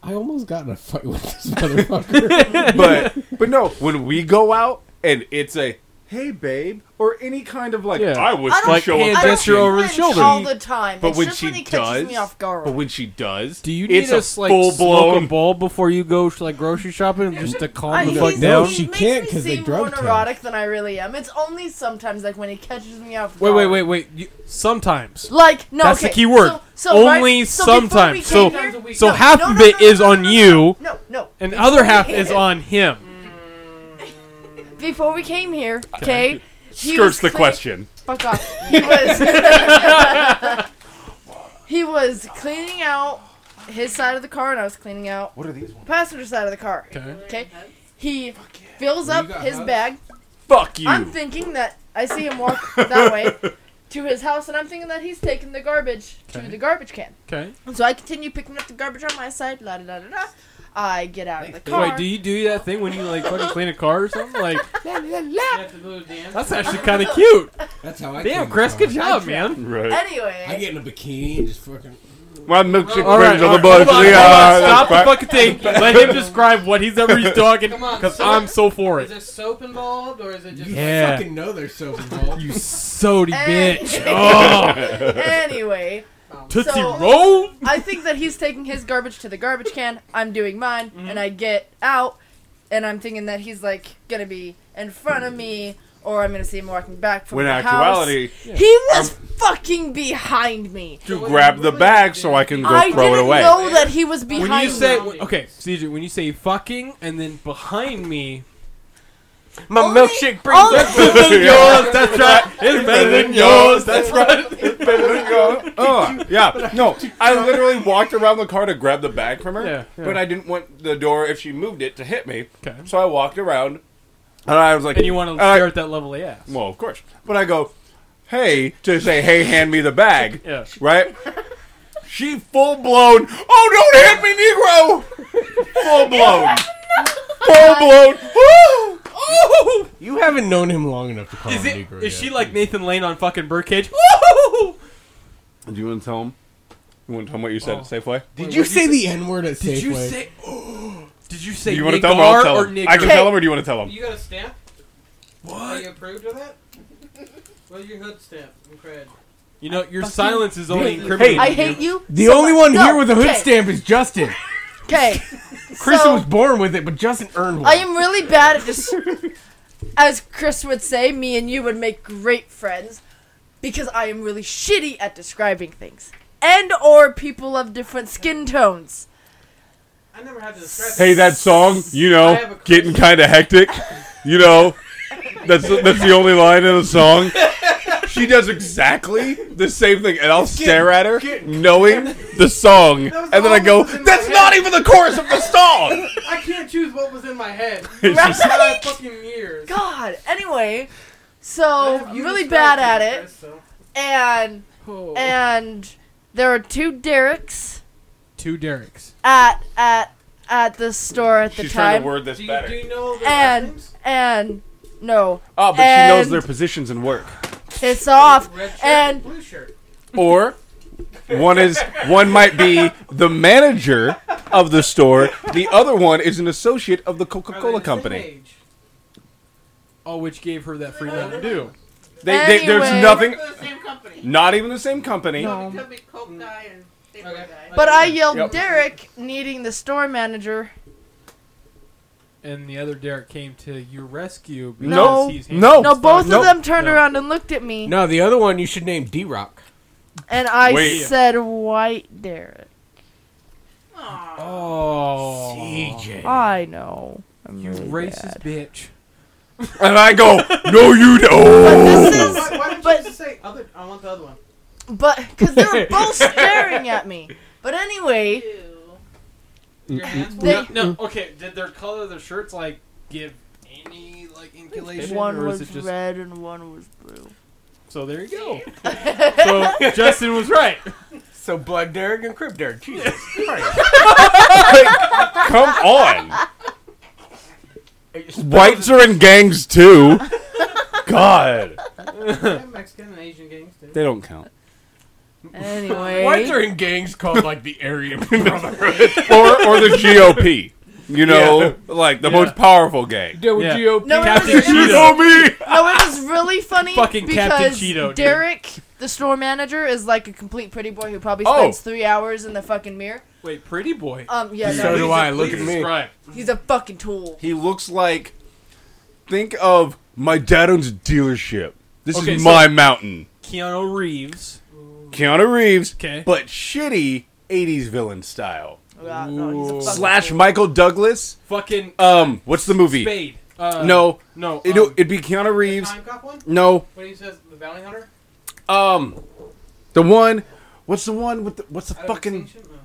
I almost got in a fight with this motherfucker. But but no, when we go out and it's a hey babe or any kind of like Yeah. I wish I to don't- show affection. Like, hand gesture don't over the flinch shoulder. all the time. But it's when just she when he does, catches me off guard. but when she does, Do you need it's a us like full smoke a blown ball before you go like grocery shopping just to I- calm the he's- fuck he down? she makes can't me 'cause they seem drug more test. neurotic than I really am. It's only sometimes like when he catches me off Wait, guard. wait, wait, wait. You, sometimes. Like no, That's the okay. key word. So, so right- Only so before we sometimes. came So- here- so no, half no, of no, it no, is no, no, on no, you, No, no. and the Before other we half came is here- on him. Before we came here, okay. he skirts was the cle- question. Fuck off. He was. he was cleaning out his side of the car, and I was cleaning out What are these ones? passenger side of the car. Okay. Okay. He fills up his bag. Fuck you. I'm thinking that I see him walk that way to his house, and I'm thinking that he's taking the garbage to Okay. the garbage can. Okay. And so I continue picking up the garbage on my side. La da da da da. I get out of the car. Wait, do you do that thing when you like fucking clean a car or something? Like You have to go to the dance. that's actually kind of cute. That's how I Damn, Chris, good job, man. right. anyway, I get in a bikini and just fucking. My milkshake All right, friends are the all right, boys. hold on, We hold on, are. Stop the fucking thing. Let him describe what he's ever he's talking Come on, because sir. I'm so for Is it. there soap involved, or is it just? Yeah. Fucking know they're so involved. You sody Hey. bitch. Oh, anyway, Tootsie So- Roll. I think that he's taking his garbage to the garbage can. I'm doing mine, and I get out, and I'm thinking that he's like gonna be in front of me, or I'm gonna see him walking back from When the in house. actuality, He was fucking behind me. you grab the bag so I can go I throw didn't it away. know that he was behind When you say me. okay, CJ, when you say fucking and then behind me, My Only- milkshake brings only- up yours. That's right. It's better than yours. That's right. oh yeah, no. I literally walked around the car to grab the bag from her, Yeah, yeah. but I didn't want the door if she moved it to hit me. Okay. So I walked around, and I was like, And you want to I- stare at that level of ass. Well, of course. But I go, hey, to say, hey, hand me the bag. Yeah. Right? She full blown, oh, don't hit me, Negro! Full blown. Full blown. Woo! Oh! You haven't known him long enough to call Is him it? Negro Is yet. she like Nathan Lane on fucking Birdcage? Do you want to tell him? You want to tell him what you Oh. said at Safeway? Did you say the N word at Safeway? Did you say? Did you say Do you want to tell him or I'll Nigar tell or him? I can Okay. Nigger? tell him or do you want to tell him? You got a stamp? Are What? you approved of that? Well, your hood stamp and cred. You know your silence is only Hey, incriminating. I you. hate you. The so only much. one No, here with a hood okay, stamp is Justin. Okay. Chris so, was born with it, but Justin earned one. I am really bad at just. as Chris would say, me and you would make great friends because I am really shitty at describing things and or people of different skin tones. I never had to describe. Hey, that song, you I know, have a getting kind of hectic. You know, that's that's the only line in the song. She does exactly the same thing, and I'll stare at her, knowing the song, was and then I go, almost in my "That's head." not even the chorus of the song." I can't choose what was in my head. Right? Five fucking years. God. Anyway, I so have you really described bad at me, it, Chris, so. and Oh. and there are two Derek's Two Derek's. at at at the store at the She's trying time, to word this Do you, do better. you know the and and no, Oh, but she knows and- their positions and work. piss off, Red shirt, and blue shirt. Or one is one might be the manager of the store. The other one is an associate of the Are they Coca-Cola the same company. age? All Oh, which gave her that free Mountain Dew. They, they, Anyway. there's nothing. They're the same company. Not even the same company. It could be Coke guy and Paper Okay. guy. but I yelled Yep. Derek needing the store manager. And the other Derek came to your rescue because No. he's No. No, both Nope. of them turned Oh. No. around and looked at me, no, the other one you should name D Rock. and I Wait. said, "White Derek." Aw. Oh, I know. I'm you really bad. racist bitch. And I go, no, you Oh. But don't. this Why, is, why don't but- you just say other? I want the other one. but because they were both staring at me. But anyway, Ew. Your hands? They- no, no, okay. Did their color of their shirts like give any like inculation, One or was is it just red and one was blue. so? There you go. so Justin was right. So Blood Derek and Crib Derek. Jesus Christ. Come on. Whites are in gangs too. God. Yeah, Mexican and Asian gangs do. They don't count. Anyway. Whites are in gangs called like the Aryan Brotherhood. Or or the GOP. You know, like the most powerful gang. Yo, Yeah. GOP. No, it was, Captain it was- Cheeto. Oh me. no, it was really funny Fucking Captain because Cheeto, dude. Derek, the store manager, is like a complete pretty boy who probably Oh. spends three hours in the fucking mirror. Wait, pretty boy. Um, yeah, So no, do I. Look at Please me. describe. he's a fucking tool. He looks like. Think of my dad owns a dealership. This Okay, is so- my mountain. Keanu Reeves. Keanu Reeves, 'Kay. but shitty '80s villain style. Yeah, no, he's a fucking Slash tool. Michael Douglas. Fucking Um, what's the movie? Spade. Uh, No, no. it, um, would be Keanu Reeves. Time cop one? No, When he says the bounty hunter? um, the one. What's the one with the, what's the Out of fucking Extinction? No.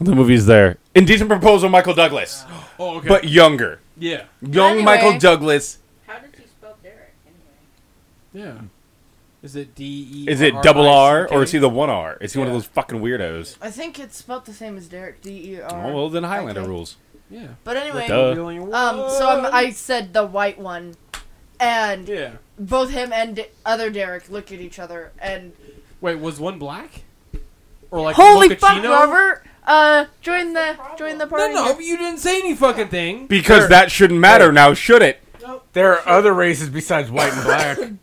the movie's there? Indecent Proposal, Michael Douglas, oh, okay. but younger, yeah, young Anyway. Michael Douglas. How did you spell Derek anyway? yeah. Is it D E? Is it R double I C R K? or is he the one R? Is he one of Yeah. those fucking weirdos? I think it's about the same as Derek. D E R. Oh well, then Highlander Okay. rules. Yeah. But anyway, Duh. um, so I'm, I said the white one, and Yeah. both him and D- other Derek look at each other, and Wait, was one black? Or like holy Mochaccino? fuck, Robert, uh, join the join the No, party. no, you didn't say any fucking thing. Because that shouldn't matter now, should it? There are other races besides white and black. Yeah.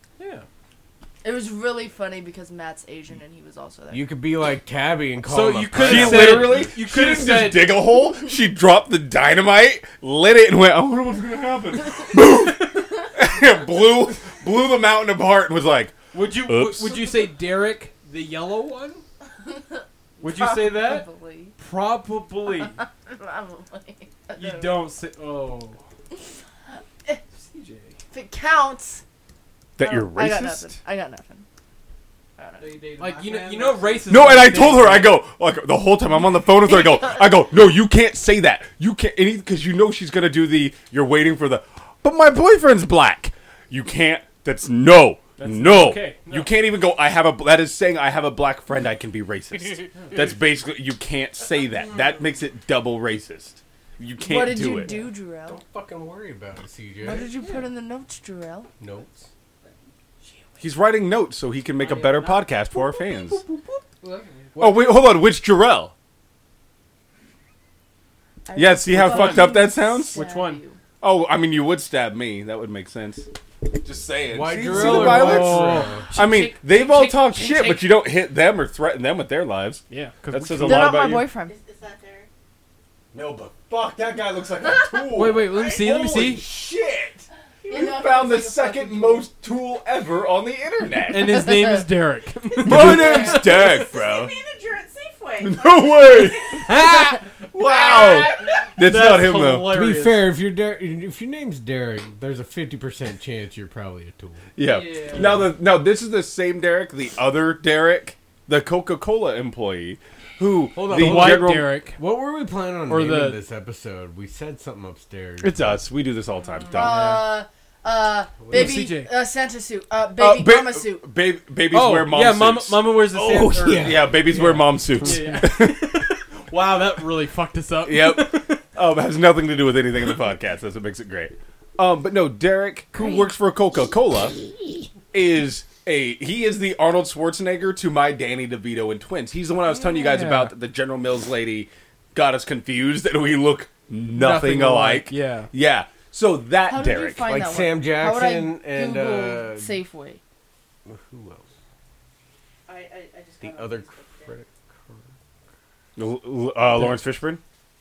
It was really funny because Matt's Asian and he was also there. you could be like Tabby and call So him a you could She have literally- literally you could have said dig a hole. She dropped the dynamite, lit it, and went. I wonder what's gonna happen. Boom! blew blew the mountain apart and was like, would you w- Oops. would you say Derek the yellow one? Would you say that? Probably. Probably. Probably. You don't say oh. CJ. If it counts. "That I you're don't- Oh, I got nothing. racist." I got nothing. So you dated Like black you know man, you know black racism. No, and I is told her, based- I go like the whole time I'm on the phone with her. I go, I go, no, you can't say that. You can't, because you know she's gonna do the. You're waiting for the. But my boyfriend's black. You can't. That's no. no. okay, no. You can't even go. I have a. That is saying I have a black friend. I can be racist. That's basically. You can't say that. That makes it double racist. You can't what did do you it. do, Jarrell? fucking worry about it, What CJ. did you put in the notes, Jarrell? Notes. He's writing notes so he can make a better podcast for our fans. Look, Oh wait, hold on. Which Jarrell? I Yeah, see how fucked up that sounds. Which one? You. Oh, I mean, you would stab me. That would make sense. Just saying. Why see, see Jarrell the or violence? why I mean, they've all shake, talked shake, shit, shake. but you don't hit them or threaten them with their lives. Yeah, That cuz says a They're lot not about my you. boyfriend. Is, is that Derek? No, but fuck, that guy looks like a tool. Wait, wait, let me see. Let me Holy see. Shit! You You found the second most tool ever on the internet. And his name is Derek. my name's Derek, bro. Manager at Safeway. No way! wow! That's, not him though. To be hilarious. fair, if your Der- if your name's Derek, there's a fifty percent chance you're probably a tool. Yeah. Yeah. Now the now this is the same Derek, the other Derek, the Coca Cola employee, who Hold on, the hold White general- Derek. What were we planning on Or naming the- this episode? We said something upstairs. It's us. We do this all the time. Dumb. Uh, uh, baby, CJ? uh, Santa suit, uh, baby, ba- mama suit. Ba- babies wear mom Oh, yeah, suits. mama, mama wears the Oh, Santa- or- yeah. yeah, babies wear mom suits. Yeah, yeah. wow, that really fucked us up. Yep. um, has nothing to do with anything in the podcast. That's what makes it great. Um, but no, Derek, who works for Coca Cola, is a he is the Arnold Schwarzenegger to my Danny DeVito and twins. He's the one I was telling you guys Yeah. about that the General Mills lady got us confused that we look nothing, Nothing alike. alike, yeah. yeah. So that How did Derek, you find like that one? Sam How would I Jackson and, Google uh, Safeway. Who else? I, I, I just The got on other Facebook there. critic. L- L- uh, Lawrence Fishburne.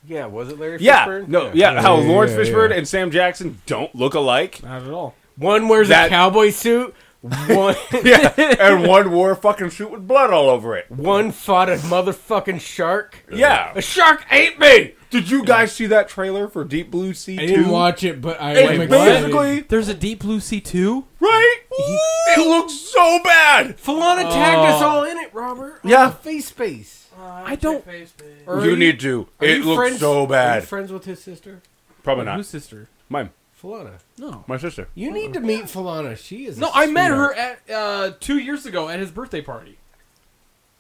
Yeah, was it Larry Yeah, Fishburne? no, yeah. how Yeah, yeah, Lawrence yeah, Fishburne yeah. and Sam Jackson don't look alike. Not at all. One wears That- a cowboy suit. One yeah, and one wore a fucking suit with blood all over it. one fought a motherfucking shark. Yeah, A shark ate me. Did you guys see that trailer for Deep Blue Sea I didn't 2? watch it, Oh but I It's am excited. basically, There's a deep blue sea too. right? it looks so bad. Oh. Falana tagged us all in it, Robert. on Yeah. the face space. I don't. Or you need to. Are It you looks friends- so Are you bad. friends with his sister? Probably Who's not. sister? Mine. Falana. No. My sister. You need to meet Falana. She is. a No, I met sweetheart. her at uh, two years ago at his birthday party.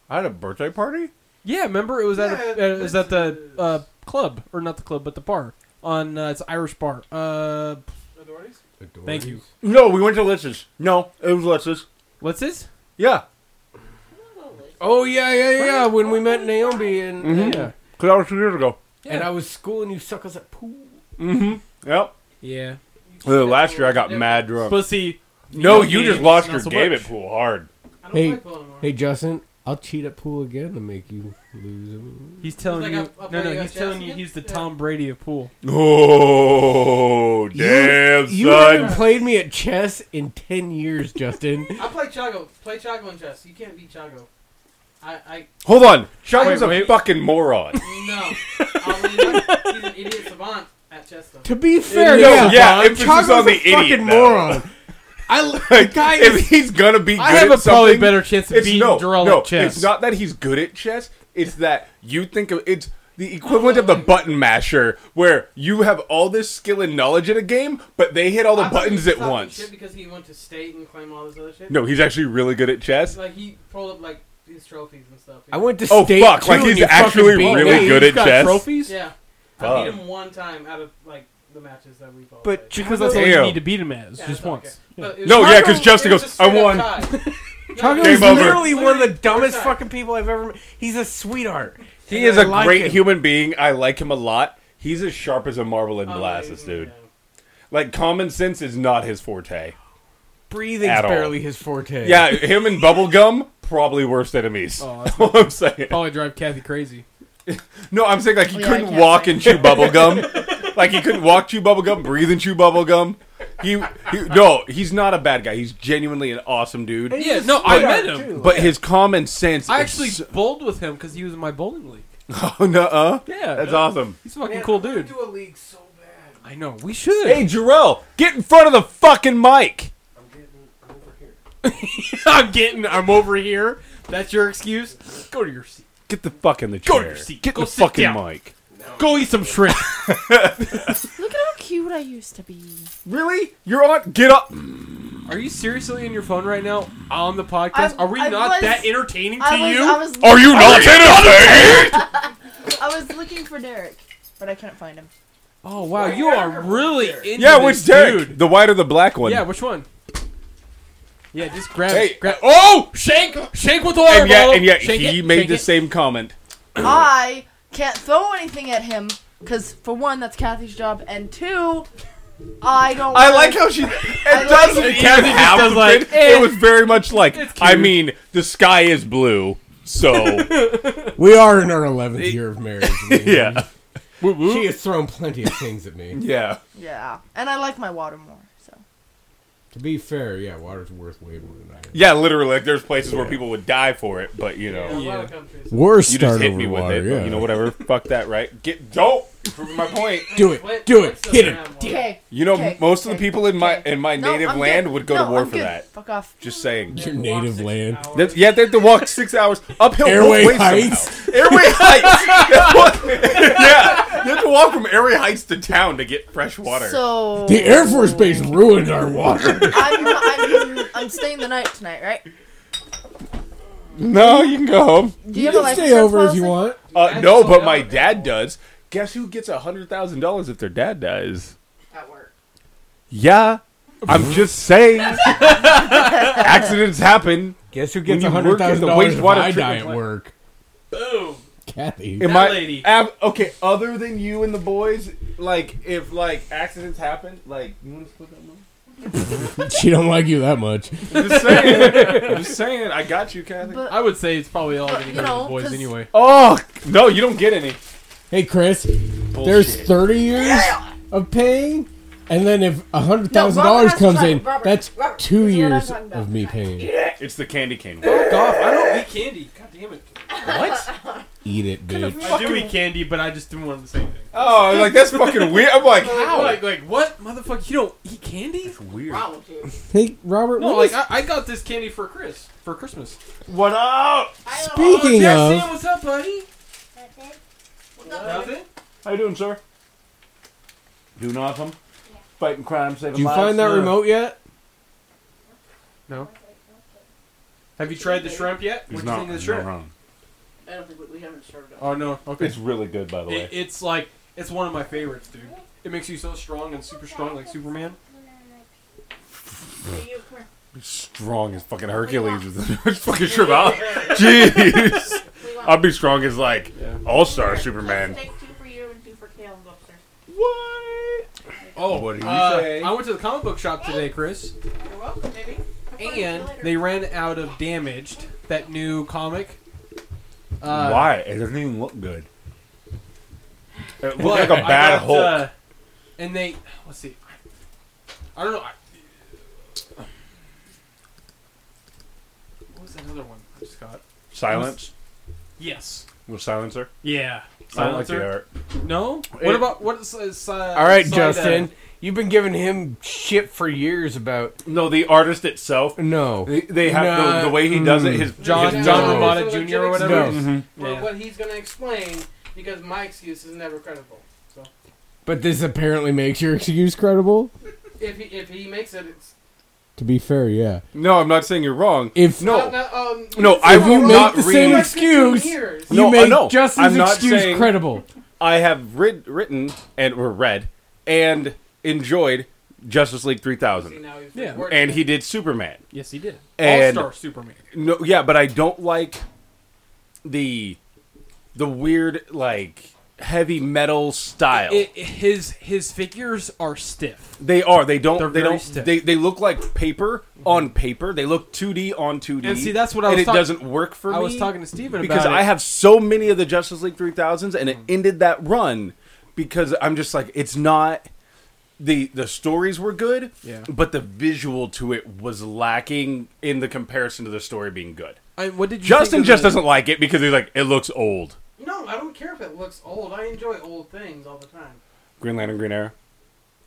I had a birthday party. Yeah, remember it was at Yeah, a, uh, it was at the uh, club or not the club but the bar on uh, it's Irish bar. Uh, Authorities? Adored. thank you. No, we went to Litz's. No, it was Litz's. What's this? Yeah, Oh yeah, yeah, yeah. yeah, When we met Naomi and Mm-hmm. yeah. because that was two years ago. and I was schooling you suckers at pool. Yep. Yeah, Uh, last year I got mad drunk. pussy. no, no you just games, lost not your so game much. at pool hard. I don't Hey, play pool anymore. Hey Justin, I'll cheat at pool again to make you lose. He's telling Like, you. I'll- I'll no, play no, he's against telling you Jessica? he's the Yeah. Tom Brady of pool. Oh, damn, you son. haven't played me at chess in ten years, Justin. I play Chago. Play Chago and chess. You can't beat Chago. I, Hold on. Shotgun's Wait, a wait. fucking moron. I no. I'll leave him. He's an idiot savant at chess though. to be fair, Yeah, yeah, yeah, Bob, emphasis Chago's on the a idiot, fucking though. moron. I l- the guy is if he's gonna be good I have a at probably something, better chance of it's beating no, Jarrell no, at chess. It's not that he's good at chess. It's that you think of it's the equivalent of the button masher, where you have all this skill and knowledge in a game, but they hit all the I thought he was buttons at talking once. Shit because he went to state and claimed all this other shit. No, he's actually really good at It's chess. like he pulled up like these trophies and stuff. I went to Oh, state. fuck, too, like, and he's you fucking actually beat really me. good at chess. Trophies? Yeah. I Fuck. beat him one time out of like the matches that we both. But played. Chago, Because that's all you Damn. need to beat him at. Is Yeah, just that's okay. once. But it was- No, yeah, 'cause Chago- Justin it was goes, a "I won." straight-up tie. Chago Game is over. literally one of the dumbest First time. fucking people I've ever. met. He's a sweetheart. He And is I a like great him. human being. I like him a lot. He's as sharp as a marble in Oh, molasses, yeah, dude. yeah. Like common sense is not his forte. Breathing's At all. barely his forte. Yeah, him and bubblegum probably worst enemies. Oh, that's All I'm saying. probably drive Kathy crazy. No, I'm saying like he Oh, yeah, I couldn't can't walk say. and chew bubble gum. like he couldn't walk, chew bubble gum, breathe and chew bubble gum. He, he no, he's not a bad guy. He's genuinely an awesome dude. He's Yeah, a no, I sweetheart, met him. too. But his common sense. I is actually so- bowled with him because he was in my bowling league. oh no, uh, Yeah, that's yeah. awesome. He's a fucking Man, cool I wanna dude. Do a league so bad. I know. We should. Hey, Jarrell, get in front of the fucking mic. I'm getting. I'm over here. That's your excuse. Go to your seat. Get the fuck in the Go chair. to your seat. Get Go the sit fucking down. mic. Go eat some shrimp. Look at how cute I used to be. Really? You're on. Get up. Are you seriously in your phone right now on the podcast? I- Are we I not was- that entertaining to I was, you? I was, Are you not entertained? I was looking for Derek, but I couldn't find him. oh wow, you are really into yeah, this which Derek? dude. The white or the black one? Yeah, which one? Yeah, just grab. Hey. grab oh. Shank, shank with the water And yet, bottle. and yet, Shank he it, made shank the it. same comment. I can't throw anything at him because, for one, that's Kathy's job, and two, I don't. I wanna- like how she. It like- doesn't And even Kathy just have does to like, fit. It was very much like. I mean, the sky is blue, so We are in our eleventh year of marriage. yeah, She has thrown plenty of things at me. yeah. Yeah, and I like my water more. So to be fair, yeah, water's worth way more than I. Am. Yeah, literally, like there's places where people would die for it, but you know, A lot of Yeah. countries. War you start just hit over me with water. it. yeah, But, you know, whatever. Fuck that, right? Get don't prove my point. Do it, What- do what's it, the hit her. ground Damn. water? okay, You know, okay, most of the okay, people in my okay. in my No, native I'm land good. would go No, to war I'm for good. that. Fuck off. Just saying. Your Walk native six land. hours. That's- yeah, they have to walk six hours uphill. both Airway ways somehow. Heights. Airway Heights. That's what- yeah, you have to walk from Airway Heights to town to get fresh water. So The Air Force Base ruined our water. I'm, I'm, I'm staying the night tonight, right? no, you can go home. Do you have a can life stay insurance over if you policy? want. Uh, That's no, all but I my know. dad does. Guess who gets a hundred thousand dollars if their dad dies? At work. Yeah, I'm just saying. Accidents happen. Guess who When gets you a work hundred at thousand the dollars if wastewater I die treatment at plant. work? Boom. Kathy. Am That I- lady. ab- okay, other than you and the boys, like if like accidents happen, like you want to split that money? She don't like you that much. I'm just saying. I'm just saying. I got you, Kathy. But I would say it's probably all But, going to you go to know, the boys 'cause- anyway. oh no, you don't get any. Hey Chris, there's thirty years of paying, and then if a hundred thousand No, Robert dollars has to comes try- in, Robert, that's Robert, two this is what I'm years talking about. of me paying. It's the candy cane. Fuck off. I don't eat candy. God damn it. What? Eat it, bitch. I do eat candy, but I just didn't want to say anything. Oh, I'm like that's fucking weird. I'm like, How? Like, like what, motherfucker? You don't eat candy? Weird. Problem, dude. Hey, Robert. No, what like is- I, I got this candy for Chris for Christmas. what up? I don't know. speaking oh, Jackson, of, what's up, buddy? That's it. Nothing. How you doing, sir? Doing awesome. Fighting crime, saving did you find that remote yet? Have you tried the shrimp yet? What do you think of the shrimp? I don't think we, we haven't started off. Oh no. Okay. It's really good, by the way. It, it's like it's one of my favorites, dude. It makes you so strong and super strong, like Superman. Hey, you, come here. Strong as fucking Hercules with the fucking shrimp out. Jeez. We want- I'd be strong as like All Star Superman. Let's take two for you and two for Kale and go upstairs. Oh, What do you uh, say? I went to the comic book shop today, Chris, You're welcome, baby. Have fun. See you and later. they ran out of Damaged, that new comic. Uh, Why? It doesn't even look good. It but looks like a I bad got, Hulk. uh, and they, let's see. I don't know. I, what was another one I just got? Silence. Yes. With silencer. Yeah. I don't like the Silencer. art. no. It- What about what is? is uh, All right, side, uh, Justin. You've been giving him shit for years about No, the artist itself. no. They, they have Nah, the, the way he does it. mm. His Mm-hmm. John his John No. Romata So, like, Jr. or whatever. No. For Yeah. what he's going to explain, because my excuse is never credible. So But this apparently makes your excuse credible. if he if he makes it, it's To be fair, yeah. No, I'm not saying you're wrong. If not, no, not, um, No, it's I not will wrong. not the read. same It's been 15 excuse, years. you No, I make know. Justin's I'm not excuse saying- credible. I have rid, written and or read and enjoyed Justice League 3000, See, now he's Yeah. rewarded. and he did Superman. Yes, he did. All And- Star Superman. No, yeah, but I don't like the the weird like heavy metal style. It, his his figures are stiff. they are. They They're don't. They very don't. stiff. They they look like paper on paper. They look 2D on 2D. And see, that's what I and was it talk- doesn't work for I me. was talking to Steven because about I it. Mm. have so many of the Justice League 3000s and it ended that run because I'm just like it's not the the stories were good Yeah. but the visual to it was lacking in the comparison to the story being good. I, what did you Justin think of just the- doesn't like it because he's like it looks old. No, I don't care if it looks old. I enjoy old things all the time. Green Lantern Green Arrow.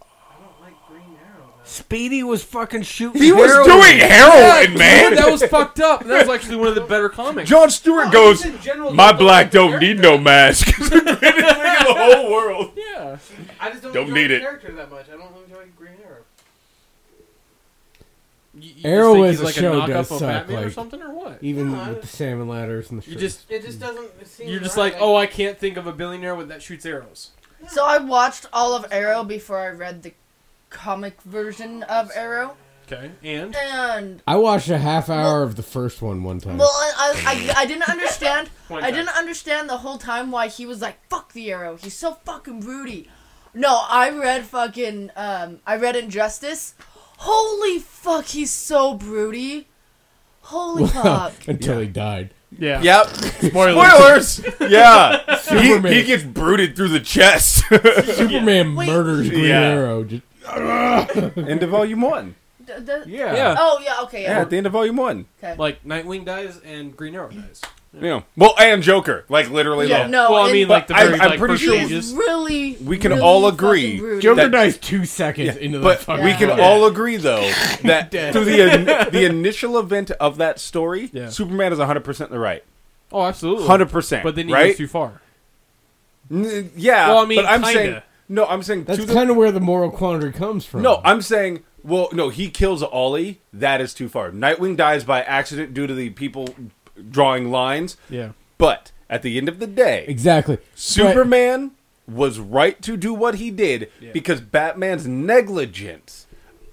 I don't like Green Arrow. though. Speedy was fucking shooting. He was heroin. doing Yeah, heroin, dude, man. that was fucked up. That was actually one of the better comics. John Stewart No, goes, just in general, "My don't black like the don't need no mask." It's the greatest thing in the whole world. yeah. I just don't, Don't enjoy need the it. character that much. I don't enjoy Green Arrow. You, you just Arrow think as he's a like show knockoff does of suck, Batman or like- something or what? Even No, I- with the salmon ladders and the You shirts. just It just doesn't seem. Hmm. you're just right. like, oh, I can't think of a billionaire with that shoots arrows. So I watched all of Arrow before I read the comic version of Arrow, Okay, and and I watched a half hour of the first one one time. well, I I, I, I didn't understand. Point I back. didn't understand the whole time why he was like, "Fuck the Arrow, he's so fucking broody." No, I read fucking um, I read Injustice. Holy fuck, he's so broody. Holy fuck. Until he died. yeah, Yep. Spoilers. yeah. He, Superman. he gets brooded through the chest. Superman Wait. murders Green Yeah. Arrow. Just, end of volume one. D- d- yeah. Yeah. Oh yeah, okay. Yeah, Yeah. at the end of volume one. Okay. Like Nightwing dies and Green Arrow dies. Yeah. Well, and Joker. Like literally. Yeah, though. no. well, I and mean, like the But very, I'm- I'm like, pretty first sure- he pages. is really. We can really all fucking agree. broody. Joker That- dies two seconds into the But fucking. we can Yeah. all agree though that through the in- the initial event of that story, Yeah. Superman is 100 percent the right. Oh, absolutely, 100 percent. But then he right? goes too far. N- yeah. Well, I mean, but I'm kinda. saying no. I'm saying That's to the- kind of where the moral quandary comes from. No, I'm saying, well, no, he kills Ollie. That is too far. Nightwing dies by accident due to the people drawing lines. Yeah. But at the end of the day, exactly. Superman was right to do what he did because Batman's negligence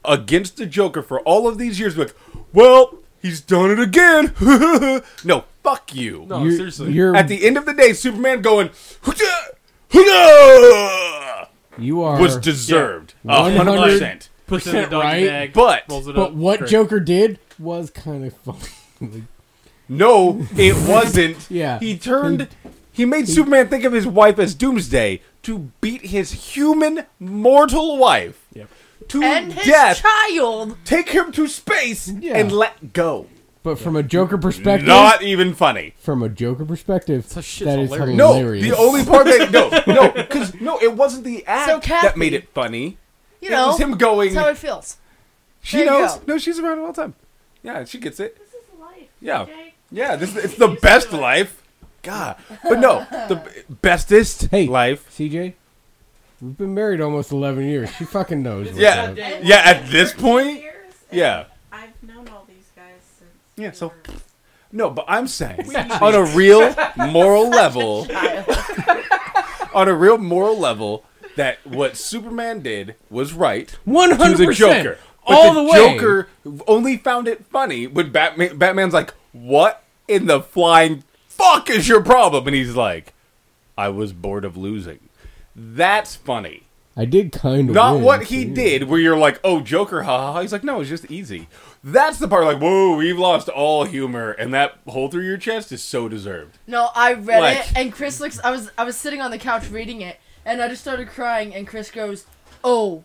against the Joker for all of these years, like, well, he's done it again. no, fuck you. No, You're- seriously. you're- At the end of the day, Superman going, "Hoo-yah! Hoo-yah!" You are. was deserved. Yeah. A hundred 100% percent. puts it in the percent doggy right, bag, but- rolls it but up. what Great. Joker did was kind of funny. No, it wasn't. Yeah. He turned. He made Superman think of his wife as Doomsday to beat his human mortal wife Yep. to And his death, child. take him to space, Yeah. and let go. But from a Joker perspective, Not even funny. from a Joker perspective, So shit's that is hilarious. hilarious. No, the only part that no, no, because no, it wasn't the act that Kathy- made it funny. You it know, was him going. that's how it feels. She There you knows. go. No, she's around all the time. Yeah, she gets it. This is life. Yeah. Jake. Yeah, this it's the best life. God, but no, the bestest Hey. life. CJ. We've been married almost eleven years. She fucking knows. what's Yeah, up. And yeah. At this point, years, and yeah. I've known all these guys since. Yeah, so- we were- No, but I'm saying on a real moral level, on a real moral level, that what Superman did was right. One He was hundred a percent. Joker. But All the, way. Joker only found it funny when Batman. Batman's like, "What in the flying fuck is your problem?" And he's like, "I was bored of losing." That's funny. I did kind of. Not what he did, where you're like, "Oh, Joker, haha." He's like, "No, it's just easy." That's the part, like, "Whoa, we've lost all humor," and that hole through your chest is so deserved. No, I read Like- it, and Chris looks. I was I was sitting on the couch reading it, and I just started crying, and Chris goes, "Oh,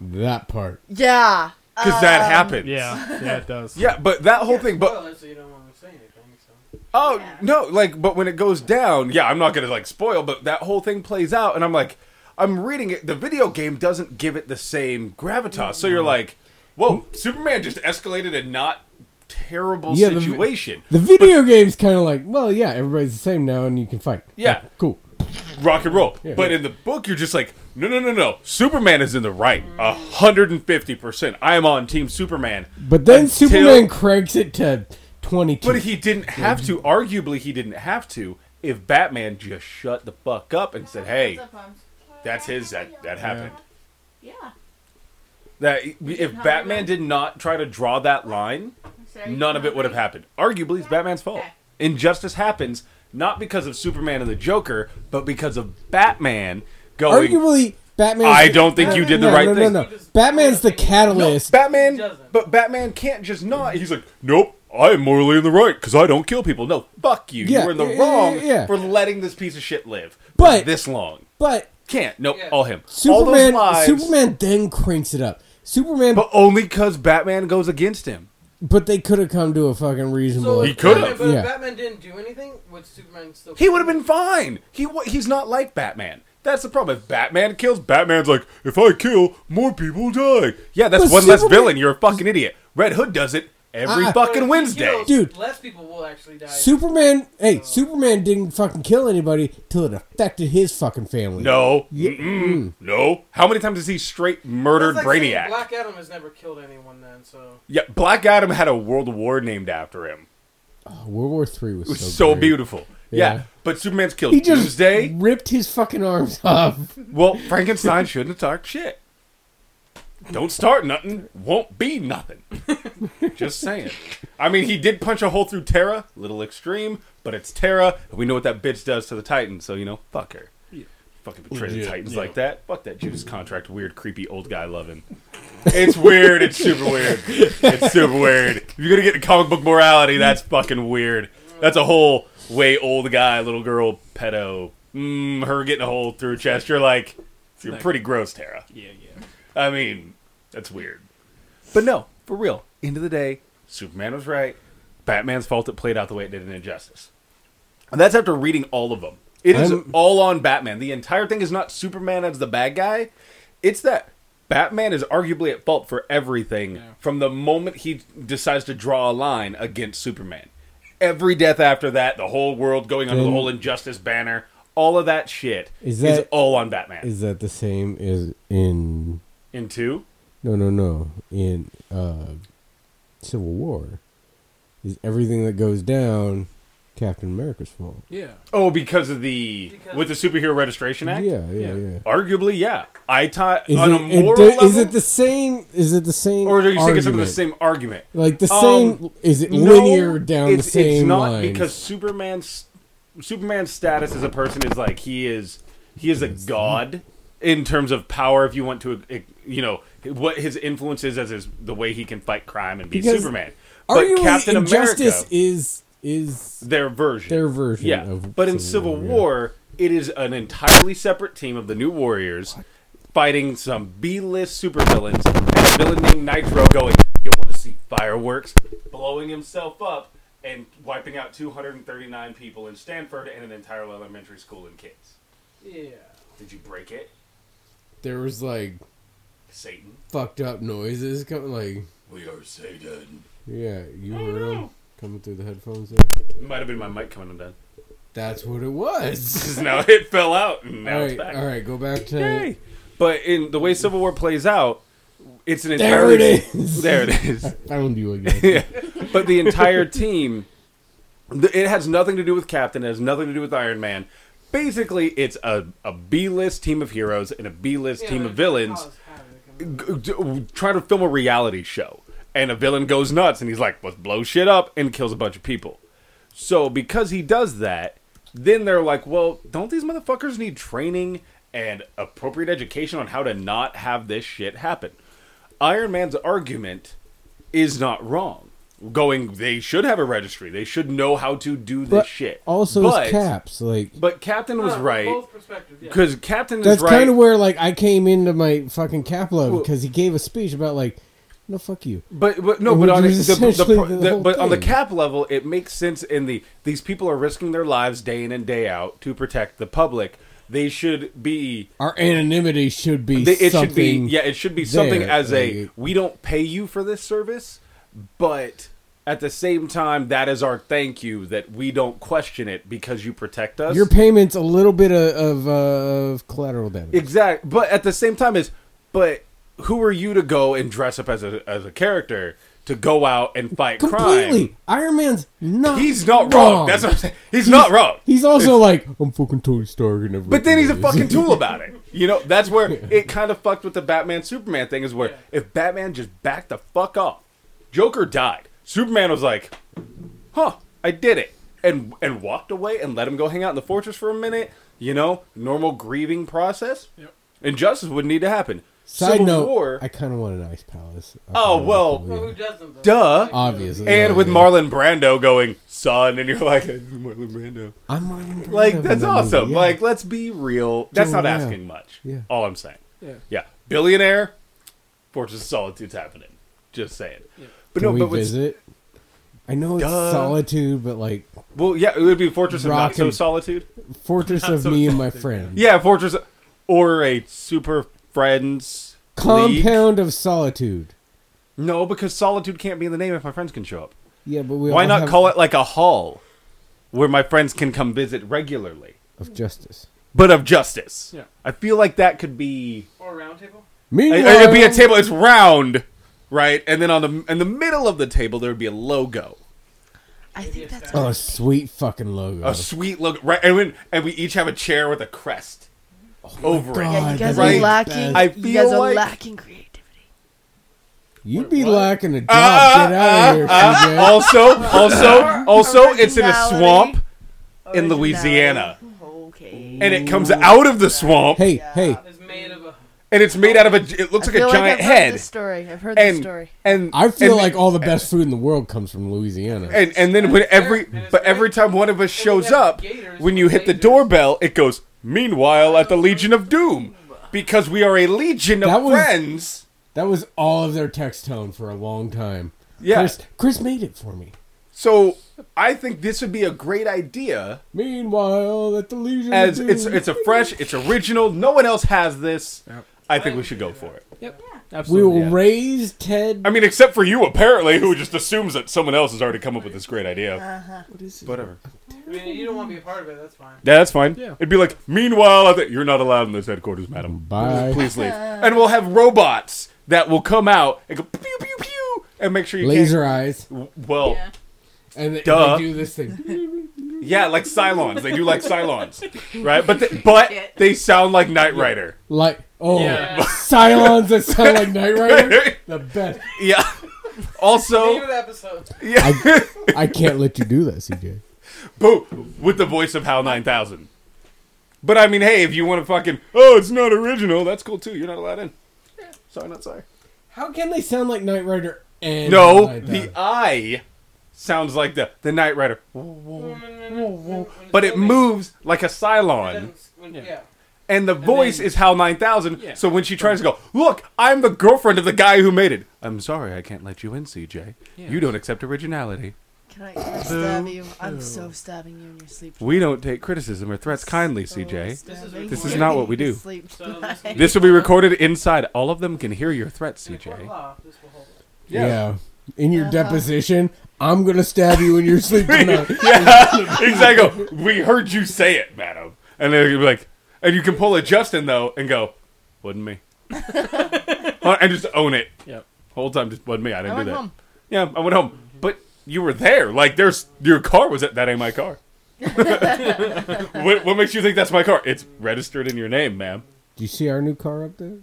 That part. yeah." Because that happens. Yeah, yeah, it does. Yeah, but that whole thing, but so you don't want to say anything. So. oh no, like, but when it goes down, yeah, I'm not gonna like spoil, but that whole thing plays out, and I'm like, I'm reading it. The video game doesn't give it the same gravitas, so Mm-hmm. you're like, whoa, Superman just escalated a not terrible Yeah, the vi- situation. The video game's kind of like, well, yeah, everybody's the same now, and you can fight. Yeah. cool. rock and roll. Yeah. but in the book, you're just like, no, no, no, no. Superman is in the right, a hundred and fifty percent. I am on Team Superman. But then Until- Superman cranks it to twenty-two. But he didn't have to. Arguably, he didn't have to. If Batman just shut the fuck up and said, "Hey, What's up, Holmes? that's his. That that happened." Yeah. That if Batman did not try to draw that line, Sorry, none of it would have happened. Arguably, it's Batman's fault. Injustice happens not because of Superman and the Joker, but because of Batman going. arguably Batman. I don't think you did the no, right no, thing. No, no, Batman's the catalyst. Batman, He doesn't. but Batman can't just not. He's like, nope, I am morally in the right because I don't kill people. No, fuck you. Yeah, you were in the yeah, wrong yeah, yeah. for letting this piece of shit live for But- this long. but Can't. Nope, Yeah. all him. all those Superman, lives. Superman then cranks it up. Superman, But but, only because Batman goes against him. they could have come to a fucking reasonable. He could have. But Yeah. if Batman didn't do anything, would Superman still? He would have been fine. He wa- he's not like Batman. That's the problem. If Batman kills, Batman's like, if I kill, more people die. Yeah, that's But one less Superman- villain. You're a fucking idiot. Red Hood does it every Uh-uh. fucking If he Wednesday. kills, Dude. Less people will actually die. Superman, hey, Superman didn't fucking kill anybody till it affected his fucking family. No. Mm-mm. No. How many times has he straight murdered That's like saying Brainiac? Black Adam has never killed anyone. Then so. yeah, Black Adam had a world war named after him. Oh, World War Three was, It was so, so great. beautiful. Yeah. Yeah. But Superman's killed He just Doomsday. ripped his fucking arms off. Well, Frankenstein shouldn't have talked shit. Don't start nothing. Won't be nothing. Just saying. I mean, he did punch a hole through Terra. Little extreme, but it's Terra. And we know what that bitch does to the Titans, so, you know, fuck her. Fucking betray the Titans like that. Fuck that Judas contract. Weird, creepy, old guy loving. It's weird. It's super weird. It's super weird. If you're going to get into comic book morality, that's fucking weird. That's a whole way old guy, little girl, pedo. Mm, her getting a hole through her chest. You're like, you're pretty gross, Tara. yeah, yeah. I mean, that's weird. But no, for real. End of the day, Superman was right. Batman's fault it played out the way it did in Injustice. And that's after reading all of them. It is I'm- all on Batman. The entire thing is not Superman as the bad guy. It's that Batman is arguably at fault for everything from the moment he decides to draw a line against Superman. Every death after that, the whole world going under the Then- whole Injustice banner, all of that shit Is is that- all on Batman. Is that the same as in? in two? No, no, no. In uh, Civil War, is everything that goes down Captain America's fault? Yeah. Oh, because of the Because- with the superhero registration Yeah, act. yeah, yeah. Arguably, yeah. I taught Is, on it, a it moral do- level, is it the same? Is it the same? or are you thinking argument? something the same argument? Like the Um, same? is it No, linear down the it's, same It's not lines? because Superman's Superman's status as a person is like he is he is a god in terms of power. If you want to, uh, you know, what his influence is as his the way he can fight crime and be Because Superman. But arguably, Captain Injustice America, is is their version, their version. Yeah, of but in Civil yeah. War, it is an entirely separate team of the New Warriors fighting some B-list supervillains and a villain named Nitro going, "You want to see fireworks? works, blowing himself up and wiping out 239 people in Stanford and an entire elementary school in kids. Yeah. Did you break it, There was like Satan? fucked up noises coming, like We are Satan. yeah, you heard them coming through the headphones. There. It might have been my mic coming undone. That's what it was. now it fell out, and now all it's right, back. all right, go back to Yay. But in the way Civil War plays out, it's an there. entirely It is. There it is. Found you again. yeah. But the entire team, th- it has nothing to do with Captain. It has nothing to do with Iron Man. Basically, it's a, a B list team of heroes and a B list team of Oh, villains g- d- trying to film a reality show. And a villain goes nuts and he's like, let's blow shit up and kills a bunch of people. So because he does that, then they're like, well, don't these motherfuckers need training and appropriate education on how to not have this shit happen? Iron Man's argument is not wrong. Going, they should have a registry. They should know how to do this But shit. Also, but, it's caps. Like But Captain was right Both perspectives. Uh, Yeah. because Captain is that's right. kind of where like I came into my fucking cap load because he gave a speech about like, no, fuck you. But, but no, Which but on the, is the, the, essentially the the- whole but on the thing. cap level, it makes sense. In the these people are risking their lives day in and day out to protect the public. They should be. Our anonymity should be They, it something. should be. Yeah, it should be something there, as a like- we don't pay you for this service, but at the same time, that is our thank you that we don't question it because you protect us. Your payment's a little bit of, of, uh, of collateral damage. Exact. But at the same time, is but who are you to go and dress up as a as a character to go out and fight crime? Completely. Iron Man's not. He's not wrong. That's what I'm saying. He's, not wrong. He's also like, I'm fucking Tony Stark and everything. But then he's a fucking tool about it. You know, that's where it kind of fucked with the Batman Superman thing is where if Batman just backed the fuck off, Joker died. Superman was like, "Huh, I did it." And and walked away and let him go hang out in the fortress for a minute, you know, normal grieving process. Yep. Injustice wouldn't need to happen. Side Civil note, War, I kind of want an ice palace. I Oh, kinda well, want Well, who that, yeah. doesn't? though? duh. obviously. and yeah, with yeah. Marlon Brando going son, and you're like Marlon Brando. I'm Marlon. Brando Like in that's that movie, awesome. yeah. Like let's be real. That's Oh, not yeah. asking much. Yeah. All I'm saying. Yeah. Yeah. Billionaire, Fortress of Solitude's happening. Just saying. But Can no, we but with, visit? I know it's Duh. solitude, but like well, yeah, it would be Fortress of Not Rock So and- Solitude. fortress of me and my friend. Yeah, Fortress, of- or a Super Friends league. Compound of solitude. No, because Solitude can't be in the name if my friends can show up. Yeah, but we Why all not have call it like a hall, where my friends can come visit regularly, of justice? but of justice? Yeah. I feel like that could be Or round table. It- Meanwhile, It'd be a table. It's round, right? And then on the in the middle of the table there would be a logo, I think that's Oh, sweet fucking logo. a sweet logo, right? And when, and we each have a chair with a crest over it. Oh God, yeah, you guys Oh, right. are lacking. I you guys feel are like- lacking creativity. You'd be lacking a job. Uh, Get out of here, ah, CJ. Also, also, also, it's in a Originality. swamp in Louisiana, Okay. and it comes out of the swamp, hey, hey, It's made of a. and it's made out of a. It looks I like a feel giant like I've Heard head, this story. I've heard this and story. and I feel and- like all the best food in the world comes from Louisiana. And and then when every And it's but very- every time one of us and we shows have up, gators when with you hit the lasers. doorbell, it goes. Meanwhile, at the Legion of Doom, because we are a legion That of was- friends. that was all of their text tone for a long time. Yeah. Chris, Chris made it for me. So I think this would be a great idea. Meanwhile, at the Legion. As of it's Doom- it's a fresh, it's original. No one else has this. I think we should go for it. we will Absolutely. raise Ted. I mean, except for you, apparently, who just assumes that someone else has already come up with this great idea. Uh-huh. Whatever. I mean, you don't want to be a part of it. That's fine. Yeah, that's fine. Yeah. It'd be like, meanwhile, I think you're not allowed in this headquarters, madam. Bye. Please leave. And we'll have robots that will come out and go pew pew pew and make sure you Laser eyes, Can't... Well, yeah. and they, Duh. they do this thing. like Cylons. They do like Cylons, right? But they, but they sound like Knight Rider. Like, oh, Yeah. Cylons that sound like Knight Rider. The best. Yeah. Name Also, of the episode. I, I can't let you do that, CJ. boo, with the voice of HAL 9000. But I mean, hey, if you want to fucking, oh, it's not original, that's cool too. You're not allowed in. Sorry, not sorry. How can they sound like Knight Rider and No, Knight the Rider? eye sounds like the the Knight Rider, but Mm. it moves like a Cylon. Then- when- Yeah. And the voice is Hal 9000. So when she tries to go, look, I'm the girlfriend of the guy who made it. I'm sorry, I can't let you in, CJ. You don't accept originality. Can I, can I stab you? I'm so stabbing you in your sleep. We don't take criticism or threats kindly, CJ. stabbing This you is in not what we your do. sleep tonight. This will be recorded inside. All of them can hear your threats, CJ. Yeah. In Uh-huh. your deposition, I'm gonna stab you in your sleep tonight. yeah, exactly. We heard you say it, madam. And then you're like, and you can pull a Justin though, and go, wasn't me, and just own it. Yep. Whole time, just wasn't me. I didn't I do went that. home. Yeah, I went home, but you were there. Like, there's your car was at that ain't my car. what, what makes you think that's my car? It's registered in your name, ma'am. Do you see our new car up there?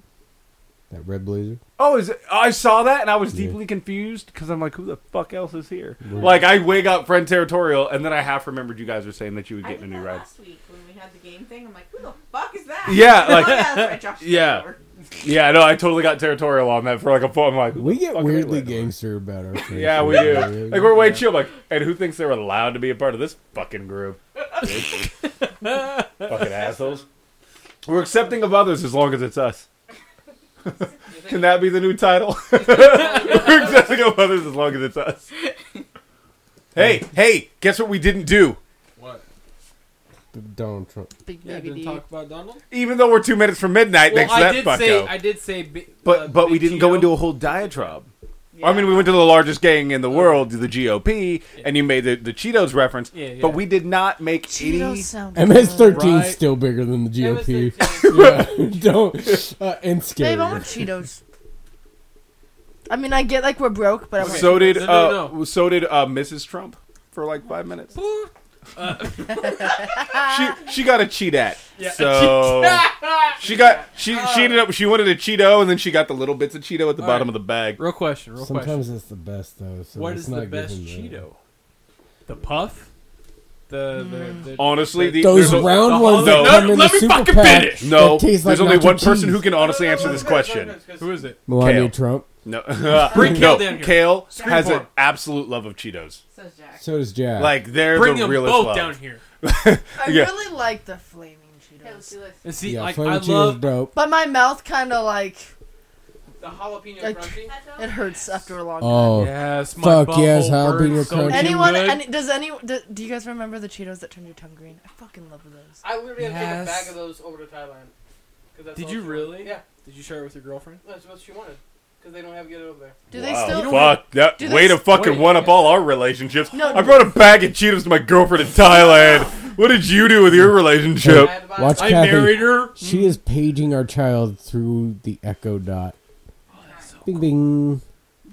That red blazer. Oh, is it, I saw that and I was Yeah. deeply confused because I'm like, who the fuck else is here? Yeah. Like, I wig up friend territorial, and then I half remembered you guys were saying that you would I get did in a new that ride. last week when we had the game thing. I'm like, who the fuck is that? Yeah, Oh, like- that's right, Josh Yeah, Taylor. yeah. No, I totally got territorial on that for like a point. I'm like, We get weirdly gangster about our. friends yeah, we over do. there. Like, we're way chill. Like, and who thinks they're allowed to be a part of this fucking group? fucking assholes. We're accepting of others as long as it's us. Can that be the new title? We're accepting of others as long as it's us. Hey, hey, guess what we didn't do? What? The Donald Trump. Big Yeah, baby didn't D. talk about Donald. Even though we're two minutes from midnight, Well, thanks to I that did fucko. say I did say, bi- but uh, but we Big didn't go Geo. into a whole diatribe. I mean, we went to the largest gang in the world, the GOP, and you made the, the Cheetos reference. Yeah, yeah. But we did not make Cheetos any. sound good. MS13 Right. is still bigger than the GOP. Yeah, don't uh, and scary. Babe, I want Cheetos. I mean, I get like we're broke, but I want So did No, no, uh, no. so did uh, Mrs. Trump for like five minutes. she she got a cheat at. So she got she she ended up she wanted a Cheeto and then she got the little bits of Cheeto at the Oh. All bottom right. of the bag. Real question. Real question. Sometimes it's the best though. So what let's is not the give best him Cheeto? The puff. The the, the Honestly, the, Those there's a- round the ones holiday- that No, come in let the me super fucking pack finish. that no, taste there's like only nacho one person cheese. who can honestly answer this question. who is it? Melania Kale. Trump. No, Bring no. Kale down here. Kale has for an him. absolute love of Cheetos. Says Jack. So does Jack. Like they're Bring the them realest both love. down here. I Yeah. really like the flaming Okay, let's Cheetos, do this. And see, yeah, like flaming I Cheetos love dope. but my mouth kind of like The jalapeno Like- crunchy. it hurts after a long time. Oh, Yes, my Fuck yes, butthole jalapeno burns so crunchy. damn Anyone? good. Any, does any? Do, do you guys remember the Cheetos that turned your tongue green? I fucking love those. I literally had to take a Yes. bag of those over to Thailand. 'Cause that's Did all you she wanted. really? Yeah, Did you share it with your girlfriend? that's what she wanted. Because they don't have get it over there. Do they still? Fuck that! do way they- to fucking wait. one up all our relationships. No. I brought a bag of Cheetos to my girlfriend in Thailand. what did you do with your relationship? I had to buy watch I Kathy. married her. She is paging our child through the Echo Dot. bing bing.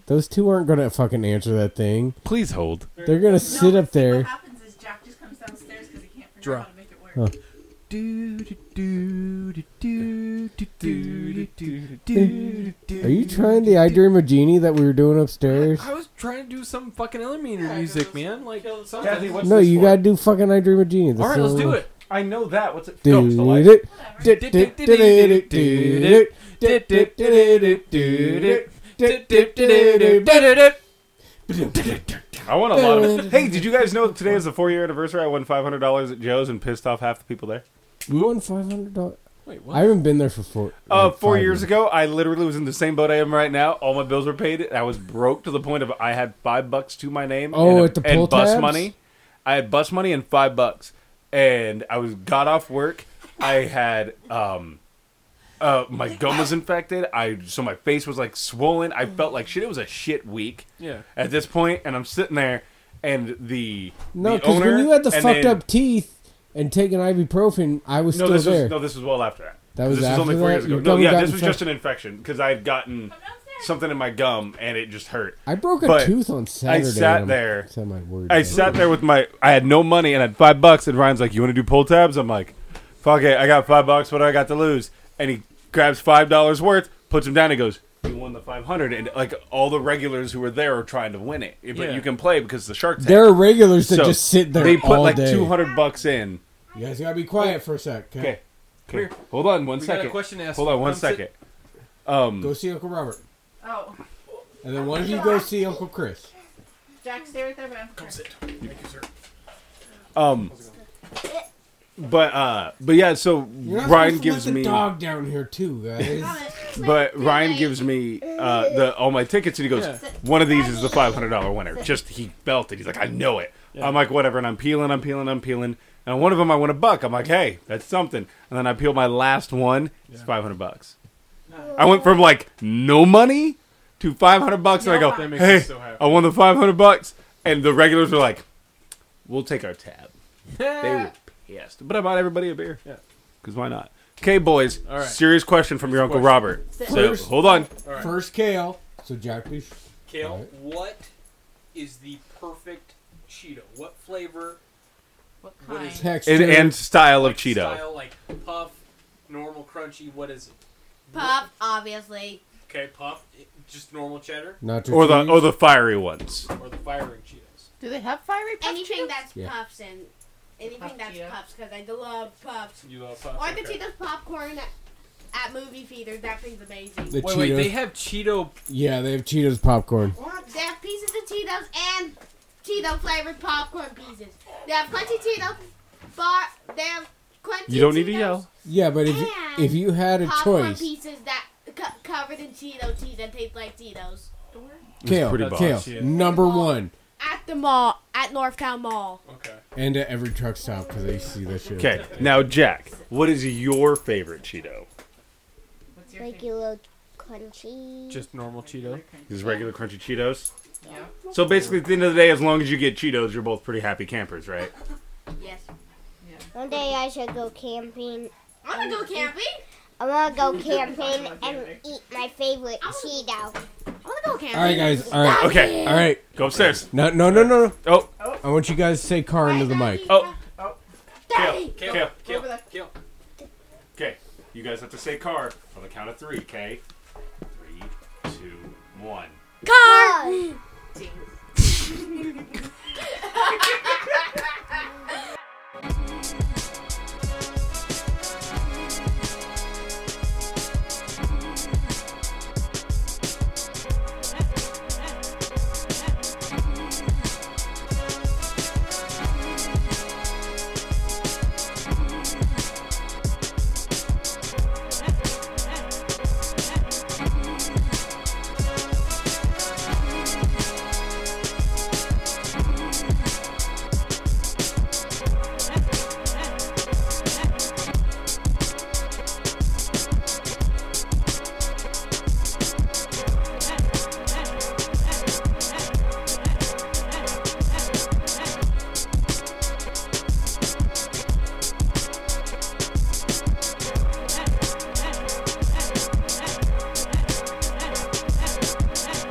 Those two aren't gonna fucking answer that thing. Please hold. They're gonna sit No, up there. What happens is Jack just comes downstairs because he can't figure Draw. out how to make it work. Huh. Do do do do do do do do do. do, Are you trying the I Dream of Genie that we were doing upstairs? I was trying to do some fucking elevator Yeah, music, just man. Like, kill the something. Kathy, No, you gotta do fucking I Dream of Genie. all right, let's do it. I know that. What's it? Dude, I want a lot of. hey, did you guys know today is the four-year anniversary? I won five hundred dollars at Joe's and pissed off half the people there. We won five hundred dollars. I Wait, what? haven't been there for four. Uh, like, four five years ago, I literally was in the same boat I am right now. All my bills were paid. and I was broke to the point of I had five bucks to my name. Oh, and, at the and pull bus tabs? money. I had bus money and five bucks, and I was got off work. I had um, uh, my gum was infected. I so my face was like swollen. I felt like shit. It was a shit week. Yeah. At this point, and I'm sitting there, and the No, the because owner when you had the and fucked then- up teeth and taking ibuprofen, I was no, still this there. was no, this was well after that. That 'Cause was this after was only four that? years ago. Your No, gum yeah, got this was just infected? an infection because I had gotten something in my gum and it just hurt. I broke a But tooth on Saturday. sat I'm- there. Said my word. I sat there with my, I had no money and I had five bucks. And Ryan's like, "You want to do pull tabs?" I'm like, "Fuck it, I got five bucks. What do I got to lose?" And he grabs five dollars worth, puts them down, and goes, "You won the five hundred. And like all the regulars who were there are trying to win it, but Yeah. you can play because the shark. Tank. There are regulars that So, just sit there. They put all like day. two hundred bucks in. You guys gotta be quiet for a sec. 'kay? Okay, Come here. Hold on one We second. got a question to ask. Hold on one Come sit- second. Um, Go see Uncle Robert, Oh, and then one of you go see Uncle Chris. Jack, stay right there, man. Come sit. Um, But uh, but yeah. So You're not Ryan supposed to gives let the me dog down here too, guys. But Ryan gives me uh, the all my tickets, and he goes, Yeah. "One of these is the five hundred dollar winner." Just he belted. He's like, "I know it." I'm like, "Whatever," and I'm peeling, I'm peeling, I'm peeling, and one of them I win a buck. I'm like, "Hey, that's something." And then I peel my last one. It's five hundred bucks. I went from like no money to five hundred bucks, and I go, That makes me "Hey, so happy. I won the five hundred bucks," and the regulars were like, "We'll take our tab." they were pissed, but I bought everybody a beer. Yeah. Because why not? Okay, boys. All right. Serious question from your uncle question. Robert. Sit. So First- hold on. First kale. So Jackfish. Kale, what is the perfect Cheeto? What flavor? What kind? is- Texture. And, and style of Cheeto. Style like puff, normal crunchy. What is it? Puff, obviously. Okay, puff, eh, just normal cheddar. or the or the fiery ones. or the firing Cheetos. Do they have fiery puffs? Anything that's Yeah. puffs and anything that's puffs because I love puffs. You love puffs, Or I could okay. see those popcorn at, at movie theaters. That thing's amazing. The Wait, wait, Cheetos. they have Cheeto. Yeah, they have Cheetos popcorn. They have pieces of Cheetos and Cheeto flavored popcorn pieces. They have crunchy Cheetos bar. They have crunchy. You don't need to yell. Yeah, but if And if you had a popcorn choice, pieces that co- covered in Cheeto cheese and taste like Cheetos. kale, pretty kale, boss, yeah. number one, At the mall, at Northtown Mall. Okay. and at every truck stop because they see that shit. Okay, now Jack, what is your favorite Cheeto? regular crunchy. Just normal Cheeto. Just regular crunchy Cheetos. Yeah. So basically, at the end of the day, as long as you get Cheetos, you're both pretty happy campers, right? Yes. One day I should go camping. I wanna go camping. I wanna go camping and eat my favorite Cheeto. All right, guys. All right. Okay. All right. Go upstairs. No, no, no, no. no. Oh. I want you guys to say car into the mic. Oh. Daddy. Kale, Kale, Kale. Over there. Okay, you guys have to say car on the count of three. Okay, three, two, one. Car.